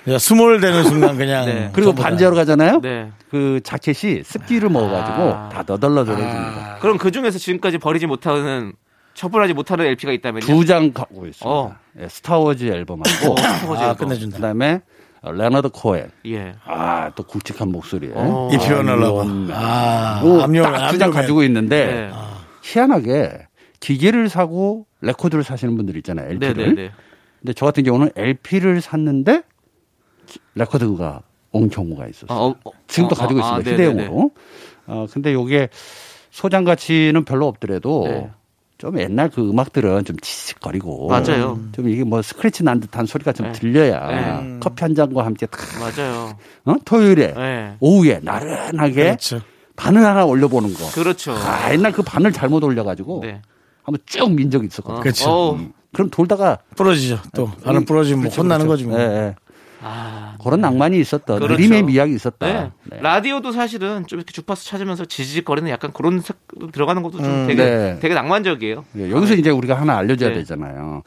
그냥 스몰 되는 순간 그냥.
네.
그리고
전부 다.
반지하러 가잖아요.
네.
그 자켓이 습기를 먹어가지고
아.
다 너덜너덜해집니다.
그럼 그 중에서 지금까지 버리지 못하는 처분하지 못하는 LP가 있다면요?
두 장 갖고 있습니다.
어.
예, 스타워즈 앨범하고
아, 끝내준다.
그다음에 어, 레너드 코엔.
예.
아, 또 굵직한 목소리에.
어.
이 표현하려고. 아,
요
압력,
딱두 장
압력에.
가지고 있는데
네.
아.
희한하게 기계를 사고 레코드를 사시는 분들 있잖아요.
네,
LP를.
네, 네.
근데 저 같은 경우는 LP를 샀는데 레코드가 온 경우가 있었어요.
어, 어,
지금도
어,
가지고
아, 네,
있습니다.
네, 네.
휴대용으로. 어, 근데 요게 소장 가치는 별로 없더라도
네.
좀 옛날 그 음악들은 좀 치직거리고
맞아요.
좀 이게 뭐 스크래치 난 듯한 소리가 좀
네.
들려야 커피 한 잔과 함께 탁
맞아요.
어? 토요일에
네.
오후에 나른하게
그렇죠.
바늘 하나 올려보는 거.
그렇죠.
아, 옛날 그 바늘 잘못 올려가지고
네.
한번 쭉 민 적이 있었거든요.
어.
그렇죠.
어우,
음. 그럼 돌다가
부러지죠. 또.
네.
반은 부러지면
그렇죠,
뭐 혼나는 거지 뭐.
예, 예.
아.
그런 낭만이 있었던
그렇죠.
느림의 미학이 있었다.
네.
네.
라디오도 사실은 좀 이렇게 주파수 찾으면서 지지직거리는 약간 그런 색 들어가는 것도 좀 되게
네.
되게 낭만적이에요.
예, 여기서 이제 우리가 하나 알려줘야
네.
되잖아요.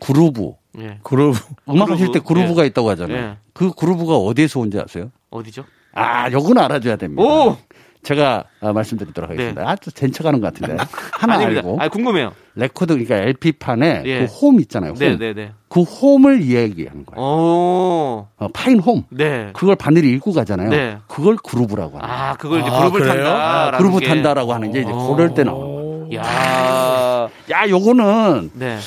그루브.
예.
그룹.
음악 하실 때
그루브,
그루브가 있다고 하잖아요.
예.
그 그루브가 어디에서 온지 아세요?
어디죠?
아, 요건 알아줘야 됩니다.
오!
제가 아, 말씀드리도록 하겠습니다.
네.
아주 젠쳐가는 것 같은데 하나
아닙니다.
알고
아 궁금해요.
레코드 그러니까 LP 판에
예.
그 홈 있잖아요. 홈.
네네네.
그 홈을 이야기하는 거예요.
오.
어, 파인 홈.
네.
그걸 바늘이 읽고 가잖아요.
네.
그걸 그루브라고 하는 거예요.
아 어. 그걸 이제
아,
그룹을
그래요?
탄다.
아, 그루브 탄다라고 하는 게 이제 그럴 때 나오는 거예요.
야.
야, 요거는
네.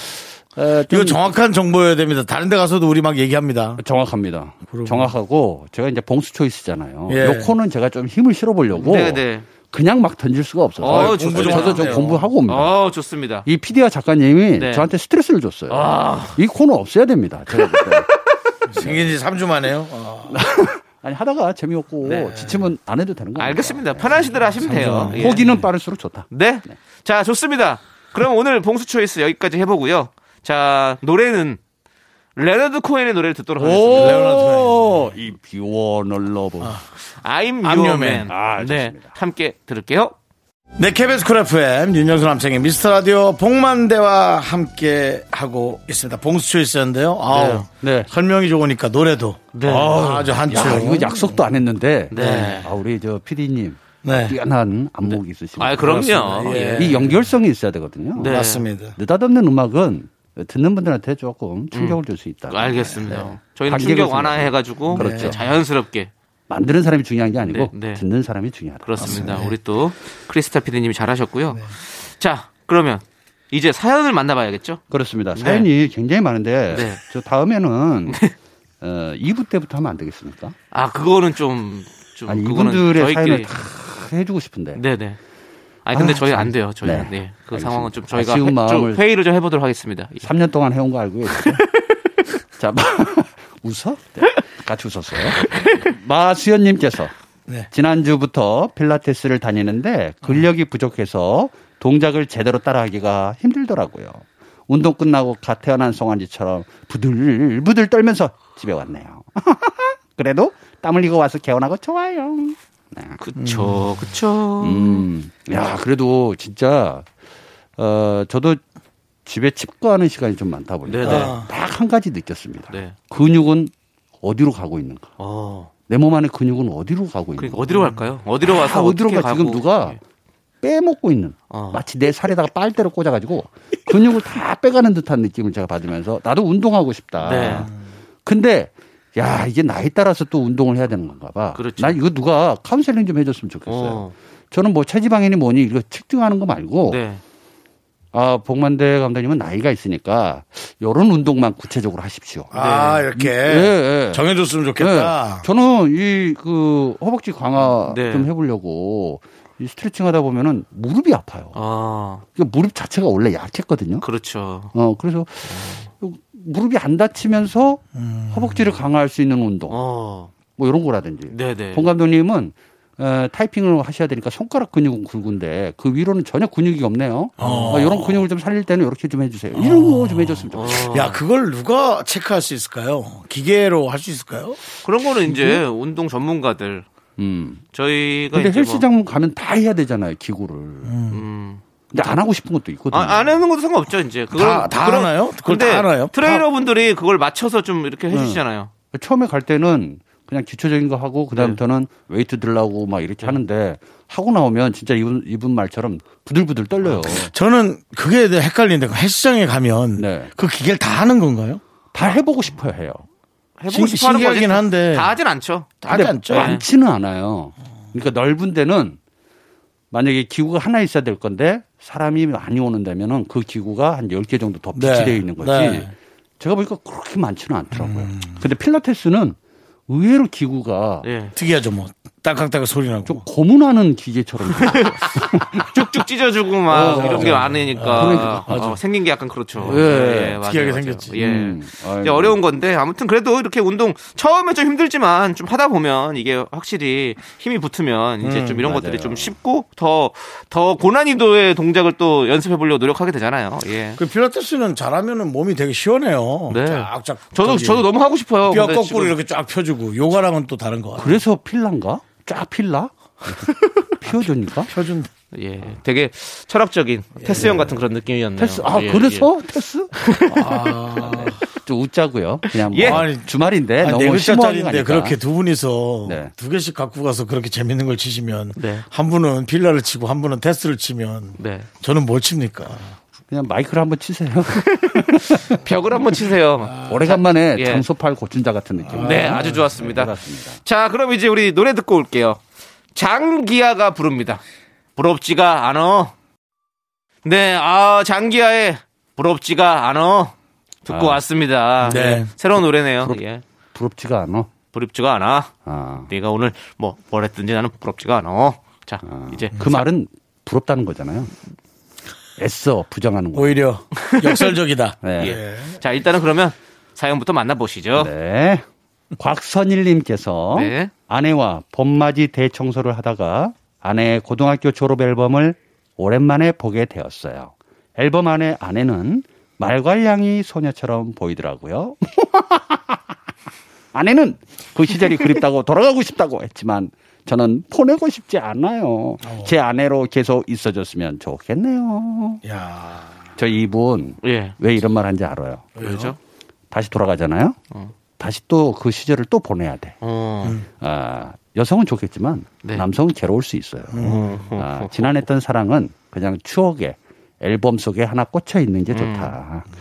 어, 좀
이거 정확한 정보여야 됩니다. 다른 데 가서도 우리 막 얘기합니다.
정확합니다. 정확하고 제가 이제 봉수 초이스잖아요.
예.
요 코는 제가 좀 힘을 실어보려고
네네.
그냥 막 던질 수가 없어요.
어,
어,
좋습니다.
저도 좀
하네요.
공부하고 옵니다.
어 좋습니다.
이 PD와 작가님이
네.
저한테 스트레스를 줬어요.
아.
이 코너 없애야 됩니다. 제가 볼 때는.
생긴 지 3주 만에요.
아니 하다가 재미없고 지치면 안 해도 되는 거예요.
네. 알겠습니다. 편하시들 하시면 돼요. 예.
호기는 빠를수록 좋다.
네? 자, 좋습니다. 그럼 오늘 봉수 초이스 여기까지 해보고요. 자, 노래는 레너드 코엔의 노래를 듣도록 하겠습니다.
오, 이 비원을 러브.
아,
I'm
I'm
Your
Your Man.
Man.
아,
네,
좋습니다.
함께 들을게요.
네, KBS 쿨 FM 윤정수 남창의 미스터 라디오 복만대와 함께 하고 있습니다. 봉수초이스였는데요. 아우
네.
설명이 좋으니까 노래도
네.
아우, 아주 한추.
야, 이거 약속도 안 했는데.
네.
아, 우리 저 PD님
네,
뛰어난 안목이 있으십니다. 예.
아, 그럼요.
그렇습니다. 예.
이 연결성이 있어야 되거든요.
네.
맞습니다.
느닷없는 음악은 듣는 분들한테 조금 충격을 줄 수 있다.
음. 네, 알겠습니다.
네.
저희는
관객을
충격
좀-
완화해가지고
그렇죠.
네, 자연스럽게
만드는 사람이 중요한 게 아니고
네, 네.
듣는 사람이 중요하다. 네.
그렇습니다. 우리 또 크리스타 피디님이 잘하셨고요. 자, 그러면 이제 사연을 만나봐야겠죠?
그렇습니다. 사연이 굉장히 많은데
네.
저 다음에는 어, 2부 때부터 하면 안 되겠습니까?
아, 그거는 좀, 좀
아니
그거는
이분들의 사연을
저희끼리
다 해주고 싶은데
네네. 아니 근데
아,
저희
참.
안 돼요. 저희
네.
네. 그
알겠습니다.
상황은 좀 저희가
아쉬운
회,
마음을-
의를좀 해보도록 하겠습니다.
3년 동안 해온 거 알고 계시죠? 자, 마- 웃어? 네, 같이 웃었어요. 마수연님께서
네.
지난주부터 필라테스를 다니는데 근력이 부족해서 동작을 제대로 따라하기가 힘들더라고요. 운동 끝나고 갓 태어난 송아지처럼 부들부들 떨면서 집에 왔네요. 그래도 땀 흘리고 와서 개운하고 좋아요.
그쵸, 그쵸.
음. 야, 그래도 진짜 어 저도 집에 집거하는 시간이 좀 많다 보니까
네네.
딱 한 가지 느꼈습니다.
어. 네.
근육은 어디로 가고 있는가?
어.
내 몸 안에 근육은 어디로 가고 있는가?
그러니까 어디로 갈까요? 어디로
다
와서
음. 아, 어디로
어떻게
가 지금
가고. 예.
누가 빼먹고 있는
어.
마치 내 살에다가 빨대로 꽂아가지고 근육을 다 빼가는 듯한 느낌을 제가 받으면서 나도 운동하고 싶다.
네.
근데 야 이게 나이 따라서 또 운동을 해야 되는 건가 봐.
그렇죠.
난 이거 누가 카운셀링 좀 해줬으면 좋겠어요.
어.
저는 뭐 체지방이니 뭐니 이거 측정하는 거 말고
네.
아 복만대 감독님은 나이가 있으니까 이런 운동만 구체적으로 하십시오.
아 이렇게
예, 예.
정해줬으면 좋겠다.
네. 저는 이 그 허벅지 강화
네.
좀 해보려고 이 스트레칭 하다 보면은 무릎이 아파요.
아,
그러니까 무릎 자체가 원래 약했거든요.
그렇죠.
어 그래서 무릎이 안 다치면서 허벅지를 강화할 수 있는 운동
음. 어.
뭐 이런 거라든지.
네네.
봉 감독님은 어, 타이핑을 하셔야 되니까 손가락 근육은 굵은데 그 위로는 전혀 근육이 없네요. 어, 이런 근육을 좀 살릴 때는 이렇게 좀 해주세요. 이런 거 좀 해줬으면
어.
좋겠어요.
야 그걸 누가 체크할 수 있을까요? 기계로 할 수 있을까요?
그런 거는 이제 운동 전문가들.
음.
저희가
근데
이제 뭐-
헬스장 가면 다 해야 되잖아요, 기구를.
음.
근데 안 하고 싶은 것도 있거든요.
아, 안 하는 것도 상관없죠, 이제. 그걸,
다- 다
그런-
하나요? 그걸
근데
다 하나요?
트레이너분들이 그걸 맞춰서 좀
음.
이렇게 해주시잖아요.
처음에 갈 때는 그냥 기초적인 거 하고 그다음부터는 웨이트 들라고 막 이렇게 하는데 하고 나오면 진짜 이분, 이분 말처럼 부들부들 떨려요.
저는 그게 내 헷갈리는데 그 헬스장에 가면
네.
그 기계를 다 하는 건가요?
다 해보고 싶어요 해요.
해보고
신-
싶어 하는 거지.
신기하긴 한데.
다 하진 않죠.
다 하지
근데
않죠?
많지는 않아요. 그러니까 넓은 데는 만약에 기구가 하나 있어야 될 건데 사람이 많이 오는 데면은 그 기구가 한 10개 정도 더
네.
비치되어 있는 거지.
네.
제가 보니까 그렇게 많지는 않더라고요. 근데 필라테스는 의외로 기구가
예.
특이하죠 뭐 딸깍딸깍 소리 나고
좀 고문하는 기계처럼 돼 있어요.
쭉쭉 찢어주고 막 이런 게 많으니까
그러니까.
어, 생긴 게 약간 그렇죠.
예.
특이하게 생겼지.
예.
음, 아이고.
이제 어려운 건데 아무튼 그래도 이렇게 운동 처음에 좀 힘들지만 좀 하다 보면 이게 확실히 힘이 붙으면 이제 좀 이런 것들이
맞아요.
좀 쉽고 더 더 고난이도의 동작을 또 연습해 보려고 노력하게 되잖아요. 예.
그 필라테스는 잘하면은 몸이 되게 시원해요.
네.
쫙쫙.
저도
저기
저도 너무 하고 싶어요.
뼈
근데
거꾸로
지금
이렇게 쫙 펴주고 요가랑은 또 다른 거 같아요.
그래서 필란가? 쫙 필라? 피어주니까?
펴준
예. 되게
예,
철학적인 테스 형 같은 그런 느낌이었네요.
아, 테스. 아,
예,
그래서 테스? 좀 웃자고요. 그냥 뭐
예.
아니, 주말인데
아니, 네
너무 심오하게
글자짜리인데
가니까.
그렇게 두 분이서
네.
두 개씩 갖고 가서 그렇게 재밌는 걸 치시면
네.
한 분은 필라를 치고 한 분은 테스를 치면
네.
저는 뭘 칩니까?
그냥 마이크를 한번 치세요.
벽을 한번
아,
치세요.
오래간만에
예.
장소팔 고춘자 같은 느낌.
네, 아주 좋았습니다.
그렇습니다.
자, 그럼 이제 우리 노래 듣고 올게요. 장기야가 부릅니다. 부럽지가 않어. 네, 아, 장기야의 부럽지가 않어. 듣고
아.
왔습니다.
네.
예, 새로운 노래네요.
부럽-
예.
부럽지가 않아.
부럽지가 않아.
아,
네가 오늘 뭐, 뭘 했든지 나는 부럽지가 않어. 자,
아.
이제.
그 말은 부럽다는 거잖아요. 애써 부정하는 거.
오히려 역설적이다.
네.
예. 자, 일단은 그러면 사연부터 만나보시죠.
네. 곽선일님께서
네.
아내와 봄맞이 대청소를 하다가 아내의 고등학교 졸업 앨범을 오랜만에 보게 되었어요. 앨범 안에 아내는 말괄량이 소녀처럼 보이더라고요. 아내는 그 시절이 그립다고 돌아가고 싶다고 했지만 저는 보내고 싶지 않아요. 제 아내로 계속 있어줬으면 좋겠네요.
야
저 이분
예. 그렇죠?
왜 이런 말 한지 알아요.
왜죠?
다시 돌아가잖아요. 다시 또 그 시절을 또 보내야 돼.
어.
아, 여성은 좋겠지만
네. 음,
남성은 괴로울 수 있어요. 아, 지난 했던 사랑은 그냥 추억에 앨범 속에 하나 꽂혀 있는 게 좋다.
음.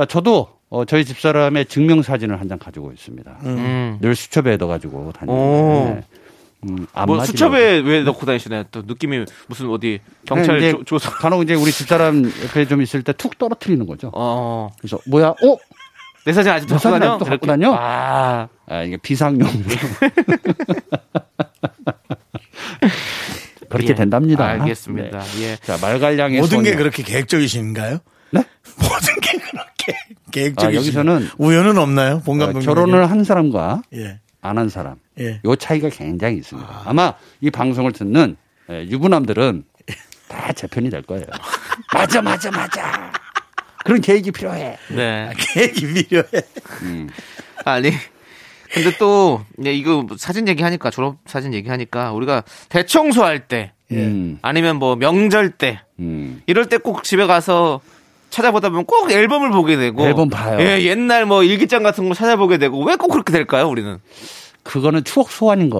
아, 저도 어, 저희 집사람의 증명사진을 한 장 가지고 있습니다.
음.
늘 수첩에 넣어가지고
오.
다니는데 음, 안
뭐
맞으려고.
수첩에 왜 넣고 다니시나요? 또 느낌이 무슨 어디 경찰
네, 이제
조, 조사.
간혹 이제 우리 집사람 옆에 좀 있을 때 툭 떨어뜨리는 거죠.
어.
그래서 뭐야? 어?
내 사진 아직도
내
갖고
사진
다녀? 이렇게.
아직도 갖고 다녀?
아.
아, 이게 비상용. 그렇게
예.
된답니다. 네.
알겠습니다. 예.
자, 말갈량의
모든 게
소녀.
그렇게 계획적이신가요?
네?
모든 게 그렇게 계획적이신.
아, 여기서는
우연은 없나요? 본
어,
감독님.
결혼을 한 사람과
예.
안 한 사람.
예.
요 차이가 굉장히 있습니다. 아. 마이 방송을 듣는 예, 유부남들은 다 제 편이 될 거예요. 맞아, 맞아, 맞아. 그런 계획이 필요해.
네.
아, 계획이 필요해.
아니. 근데 또 예, 이제 이거 사진 얘기하니까 졸업 사진 얘기하니까 우리가 대청소할 때
음,
아니면 뭐 명절 때
음.
이럴 때 꼭 집에 가서 찾아보다 보면 꼭 앨범을 보게 되고
앨범 봐요.
예, 옛날 뭐 일기장 같은 거 찾아보게 되고 왜 꼭 그렇게 될까요, 우리는?
그거는 추억 소환인 것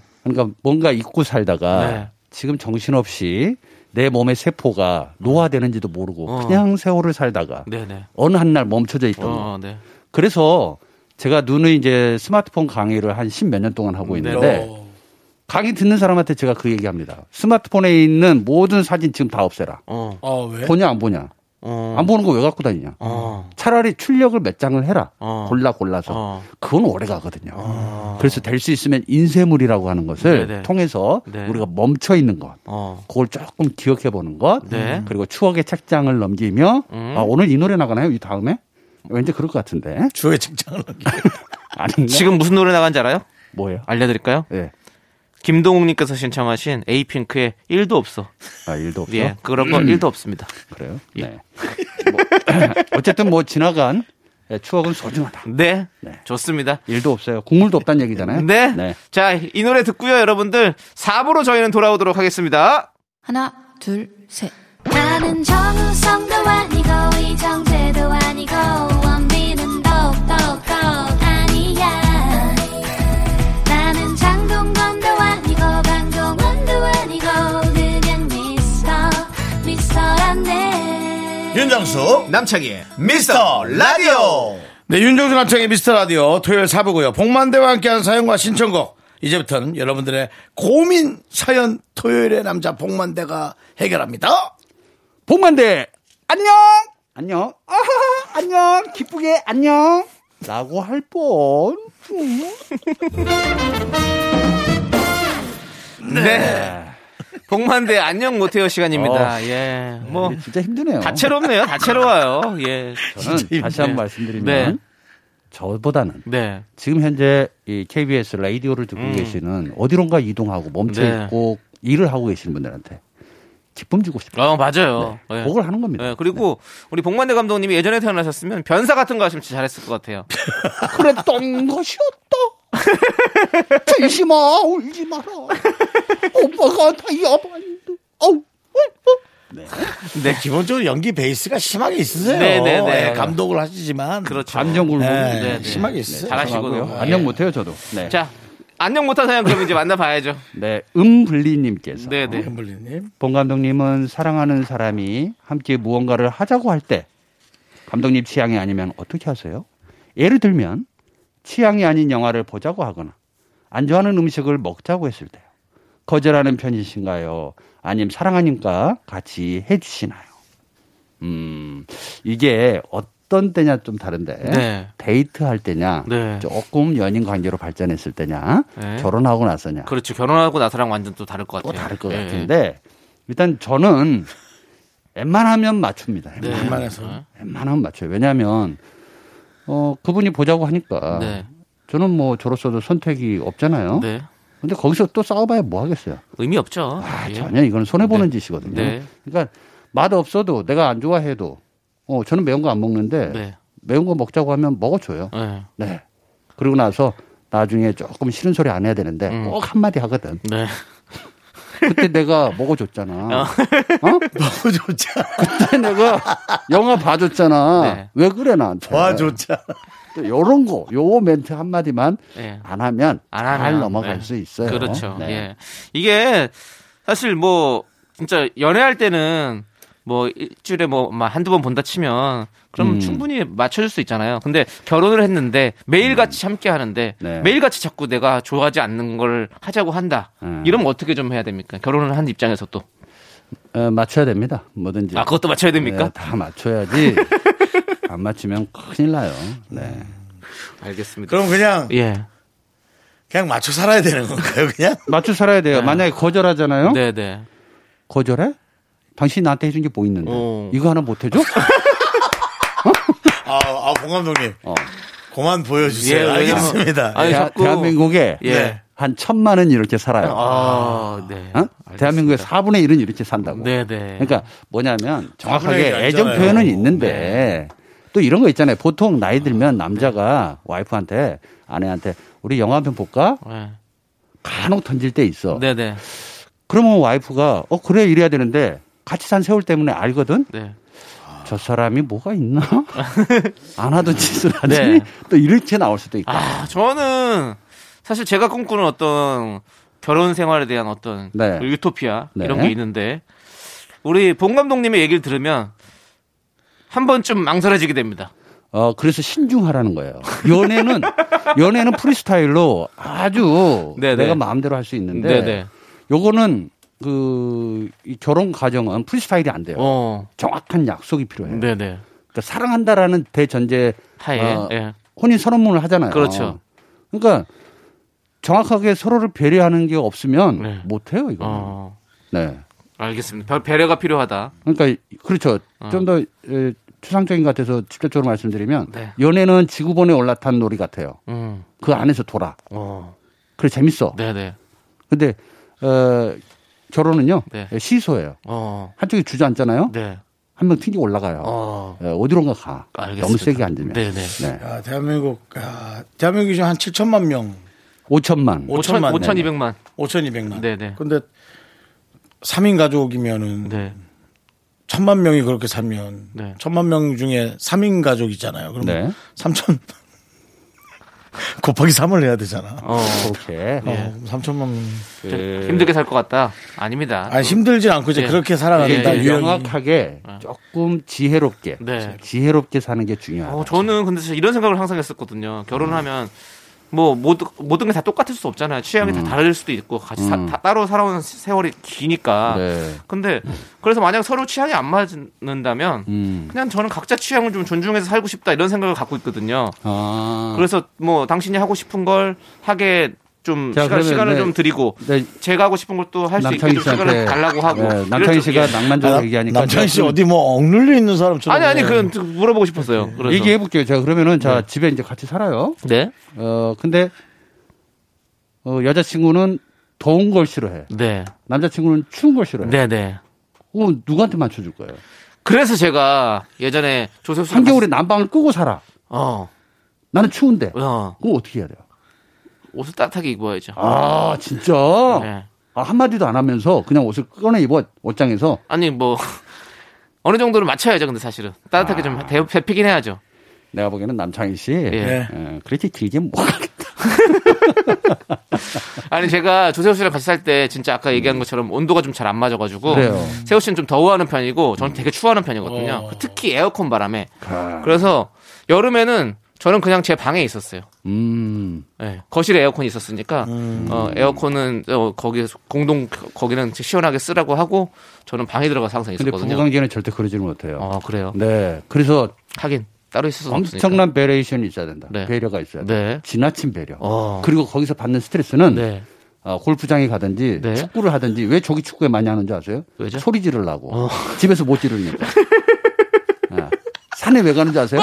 어.
그러니까 뭔가 잊고 살다가
네.
지금 정신없이 내 몸의 세포가 노화되는지도 모르고
어.
그냥 세월을 살다가
네, 네.
어느 한 날 멈춰져 있던 거.
어, 네.
그래서 제가 눈에 이제 스마트폰 강의를 한 십 몇 년 동안 하고
음, 네.
있는데
어.
강의 듣는 사람한테 제가 그 얘기합니다. 스마트폰에 있는 모든 사진 지금 다 없애라.
어.
어, 왜?
보냐 안 보냐.
어.
안 보는 거 왜 갖고 다니냐.
어.
차라리 출력을 몇 장을 해라.
어.
골라 골라서.
어.
그건 오래 가거든요. 그래서 될 수 있으면 인쇄물이라고 하는 것을
네네.
통해서
네.
우리가 멈춰 있는 것.
어.
그걸 조금 기억해 보는 것.
네. 음.
그리고 추억의 책장을 넘기며 아, 오늘 이 노래 나가나요? 이 다음에? 왠지 그럴 것 같은데.
주의 책장을
아닌가?
지금 무슨 노래 나간지 알아요?
뭐예요?
알려드릴까요?
예.
김동욱님께서 신청하신 에이핑크의 1도 없어.
아, 일도 없죠.
예, 그런 거 1도 없습니다.
그래요? 네. 뭐, 어쨌든 뭐 지나간 예, 추억은 소중하다.
네,
네.
좋습니다.
일도 없어요. 국물도 없다는 얘기잖아요.
네. 자, 이 노래 듣고요, 여러분들. 4부로 저희는 돌아오도록 하겠습니다.
하나, 둘, 셋.
나는 정우성도 아니고 이정재도 아니고 원빈은 더욱더 아니야 나는 장동건도 아니고 강동원도 아니고 그냥 미스터 미스터란데
윤정수
남창희의 미스터 라디오
네, 윤정수 남창의 미스터 라디오 토요일 사부고요. 복만대와 함께한 사연과 신청곡. 이제부터는 여러분들의 고민 사연 토요일의 남자 복만대가 해결합니다.
복만대 안녕 안녕 아하하 안녕 기쁘게 안녕 라고 할뻔 네.
네. 복만대 안녕 못해요 시간입니다.
어.
예. 뭐,
진짜 힘드네요
다채롭네요. 다채로워요. 예.
저는 다시 한 번 말씀드리면
네.
저보다는
네.
지금 현재 이 KBS 라디오를 듣고 계시는 어디론가 이동하고 멈춰
음. 네.
있고 일을 하고 계시는 분들한테 기쁨 주고 싶어요
어, 맞아요. 예.
그걸 하는 겁니다
예, 그리고 우리 복만대 감독님이 예전에 태어나셨으면 변사 같은 거 하시면 진짜 잘했을 것 같아요.
네. 그랬던 것이었다 진심아 울지 마라 엄마가 다이아반드 어, 어우
근데 네, 기본적으로 연기 베이스가 심하게 있으세요.
네, 네, 네.
예, 감독을 하시지만
그렇죠.
안녕 굴
네, 심하게 있으세요.
잘하시고요.
안녕 못해요 저도. 네.
자, 안녕 못한 사연 그럼 이제 만나봐야죠.
네, 음블리님께서
네, 네.
햄블리님.
봉 감독님은 사랑하는 사람이 함께 무언가를 하자고 할 때 감독님 취향이 아니면 어떻게 하세요? 예를 들면 취향이 아닌 영화를 보자고 하거나 안 좋아하는 음식을 먹자고 했을 때요. 거절하는 편이신가요? 아님 사랑하니까 같이 해주시나요? 음, 이게 어떤 때냐 좀 다른데
네.
데이트할 때냐
네.
조금 연인 관계로 발전했을 때냐
네.
결혼하고 나서냐
그렇죠. 결혼하고 나서랑 완전 또 다를 것
또
같아요.
다를 것
예, 예.
같은데 일단 저는 웬만하면 맞춥니다.
네.
웬만하면,
아,
웬만해서.
웬만하면 맞춰요. 왜냐하면 어 그분이 보자고 하니까
네.
저는 뭐 저로서도 선택이 없잖아요.
네.
근데 거기서 또 싸워봐야 뭐 하겠어요.
의미 없죠.
아,
예.
전혀 이건 손해 보는 짓이거든요.
네.
그러니까 맛 없어도 내가 안 좋아해도 어 저는 매운 거 안 먹는데
네.
매운 거 먹자고 하면 먹어줘요.
네.
네. 그러고 나서 나중에 조금 싫은 소리 안 해야 되는데
음.
꼭 한마디 하거든.
네.
그때 내가 먹어줬잖아.
어.
너무 좋자.
내가 영화 봐줬잖아.
네.
왜 그래 나한테?
와, 좋자.
또 요런 거, 요 멘트 한 마디만
예.
안 하면
안 하면
잘 넘어갈
네.
수 있어요.
그렇죠.
네.
예. 이게 사실 뭐 진짜 연애할 때는 뭐 일주일에 뭐 막 한두 번 본다 치면 그럼
음.
충분히 맞춰줄 수 있잖아요. 근데 결혼을 했는데 매일같이 함께 하는데
네.
매일같이 자꾸 내가 좋아하지 않는 걸 하자고 한다.
음.
이러면 어떻게 좀 해야 됩니까? 결혼을 한 입장에서 또.
어, 맞춰야 됩니다. 뭐든지.
예. 아, 그것도 맞춰야 됩니까?
네, 다 맞춰야지. 안 맞추면 큰일 나요. 네.
알겠습니다.
그럼 그냥,
예.
그냥 맞춰 살아야 되는 건가요, 그냥?
맞춰 살아야 돼요.
네.
만약에 거절하잖아요.
네, 네.
거절해? 당신이 나한테 해준 게 뭐 있는데?
어.
이거 하나 못 해줘?
아, 아, 봉 감독님.
어.
그만 보여주세요.
예, 왜냐면-
알겠습니다.
아니,
대하-
자꾸-
대한민국에
예.
네.
한 천만은 이렇게 살아요.
아, 네.
어? 대한민국의 4분의 1은 이렇게 산다고.
네, 네.
그러니까 뭐냐면
분의 일이
정확하게 애정
아니잖아요.
표현은
네.
있는데 또 이런 거 있잖아요. 보통 나이 들면 남자가 와이프한테 아내한테 우리 영화 한 편 볼까?
네.
간혹 던질 때 있어.
네, 네.
그러면 와이프가 어 그래 이래야 되는데 같이 산 세월 때문에 알거든.
네.
저 사람이 뭐가 있나? 안 하던 짓을 하지.
네.
또 이렇게 나올 수도 있다.
아, 저는 사실 제가 꿈꾸는 어떤 결혼 생활에 대한 어떤 그
네.
유토피아
네.
이런 게 있는데 우리 봉 감독님의 얘기를 들으면 한 번쯤 망설여지게 됩니다.
어 그래서 신중하라는 거예요. 연애는 연애는 프리스타일로 아주
네, 네.
내가 마음대로 할 수 있는데
네, 네.
요거는 그이 결혼 과정은 프리스타일이 안 돼요.
어.
정확한 약속이 필요해요.
네, 네.
그러니까 사랑한다라는 대전제
하에.
어,
예.
혼인 선언문을 하잖아요.
그렇죠.
그러니까 정확하게 서로를 배려하는 게 없으면
네.
못 해요, 이거. 는
어.
네.
알겠습니다. 배, 려가 필요하다.
그러니까 그렇죠.
어.
좀 더 추상적인 것 같아서 직접적으로 말씀드리면
네.
연애는 지구본에 올라탄 놀이 같아요.
음.
그 안에서 돌아.
어.
그래 재밌어.
네, 네.
근데 어, 결혼은요
네.
시소예요.
어.
한쪽이 주저앉잖아요.
네.
한 명 튕겨 올라가요.
어.
어, 어디론가 가.
알겠습니다.
너무 세게 앉으면.
네, 네.
네.
야, 대한민국, 아, 대한민국이 지금 한 7천만 명,
5천만.
5천만
5,200만.
5,200만.
네네.
근데 3인 가족이면은
네.
천만 명이 그렇게 살면
네.
천만 명 중에 3인 가족이잖아요. 그럼
네.
3천 곱하기 3을 해야 되잖아.
어. 네.
그렇게.
어, 3천만 명.
그,
힘들게 살 것 같다. 아닙니다.
아니 힘들진 않고 이제
예.
그렇게 살아간다.
예, 예.
유형이.
명확하게 조금 지혜롭게.
네.
지혜롭게 사는 게 중요하다.
어, 저는 근데 진짜 이런 생각을 항상 했었거든요. 결혼하면 뭐 모든 모든 게 다 똑같을 수 없잖아요. 취향이
음.
다 다를 수도 있고 같이 사- 다 따로 살아온 시- 세월이 기니까.
네.
근데 그래서 만약 서로 취향이 안 맞는다면
음.
그냥 저는 각자 취향을 좀 존중해서 살고 싶다 이런 생각을 갖고 있거든요.
아.
그래서 뭐 당신이 하고 싶은 걸 하게 좀
자,
시간,
그러면
시간을
네.
좀 드리고
네.
제가 하고 싶은 걸 또 할 수 있게
남창희
좀 시간을
씨한테
달라고 하고
네,
이럴
남창희
줄-
씨가
예.
낭만적으로 얘기하니까
아, 남창희 씨
제가
어디 뭐 억눌려 있는 사람처럼.
아니 아니 그건 좀 물어보고 싶었어요. 그래서.
네. 얘기해 볼게요. 제가 그러면은 자 집에 이제 같이 살아요.
네.
어 근데 어, 여자친구는 더운 걸 싫어해.
네.
남자친구는 추운 걸 싫어해.
네, 네.
어, 누구한테 맞춰줄 거예요?
그래서 제가 예전에 조세수
한겨울에 난방을 끄고 살아.
어,
나는 추운데.
어
그럼 어떻게 해야 돼요?
옷을 따뜻하게 입어야죠.
아, 진짜?
네.
아, 한마디도 안 하면서 그냥 옷을 꺼내 입어 옷장에서
아니 뭐 어느 정도는 맞춰야죠. 근데 사실은
아.
따뜻하게 좀 대- 대피긴 해야죠.
내가 보기에는 남창희 씨
예.
어, 그렇게 길게 못 가겠다.
아니 제가 조세호 씨랑 같이 살 때 진짜 아까 얘기한 것처럼 온도가 좀 잘 안 맞아가지고
음. 그래요.
세호 씨는 좀 더워하는 편이고 저는 되게 추워하는 편이거든요. 특히 에어컨 바람에
아.
그래서 여름에는 저는 그냥 제 방에 있었어요.
음.
예, 거실에 에어컨이 있었으니까 어, 에어컨은 어, 거기 공동 거기는 시원하게 쓰라고 하고 저는 방에 들어가서 항상
근데
있었거든요.
부부관계는 절대 그러지는 못해요.
아 그래요.
네. 그래서
하긴 따로 있어서
엄청난 베레이션이 있어야 된다.
네.
배려가 있어야 돼.
네.
지나친 배려.
어.
그리고 거기서 받는 스트레스는
네.
어, 골프장에 가든지
네.
축구를 하든지 왜 조기 축구에 많이 하는지 아세요?
왜죠? 어.
소리 지르려고. 집에서 못 지르니까. 예. 산에 왜 가는지 아세요?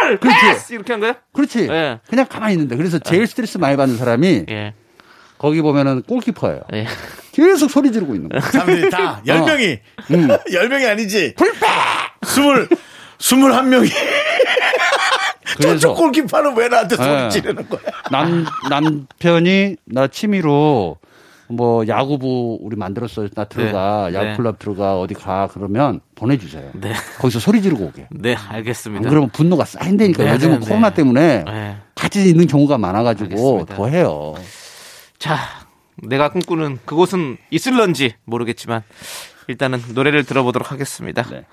볼볼
그렇지.
패스 아, 이렇게 한 거예요?
그렇지.
뭐? 예.
그냥 가만히 있는데. 그래서 제일 스트레스 많이 받는 사람이
예.
거기 보면은 골키퍼예요.
예.
계속 소리 지르고 있는 거예요.
사람들이 다, 열명이 열명이 아니지. 어. 음. 불패! 스물, 스물한 명이.
그래서
저쪽 골키파는 왜 나한테
네.
소리 지르는 거야?
남 남편이 나 취미로 뭐 야구부 우리 만들었어 나 들어가
네. 네.
야구 클럽 들어가 어디 가 그러면 보내주세요. 거기서 소리 지르고 오게.
네
안
알겠습니다.
그러면 분노가 쌓인다니까
네, 네,
요즘은
네.
코로나 때문에
네.
같이 있는 경우가 많아가지고
알겠습니다.
더 해요.
자, 내가 꿈꾸는 그곳은 있을런지 모르겠지만 일단은 노래를 들어보도록 하겠습니다.
네.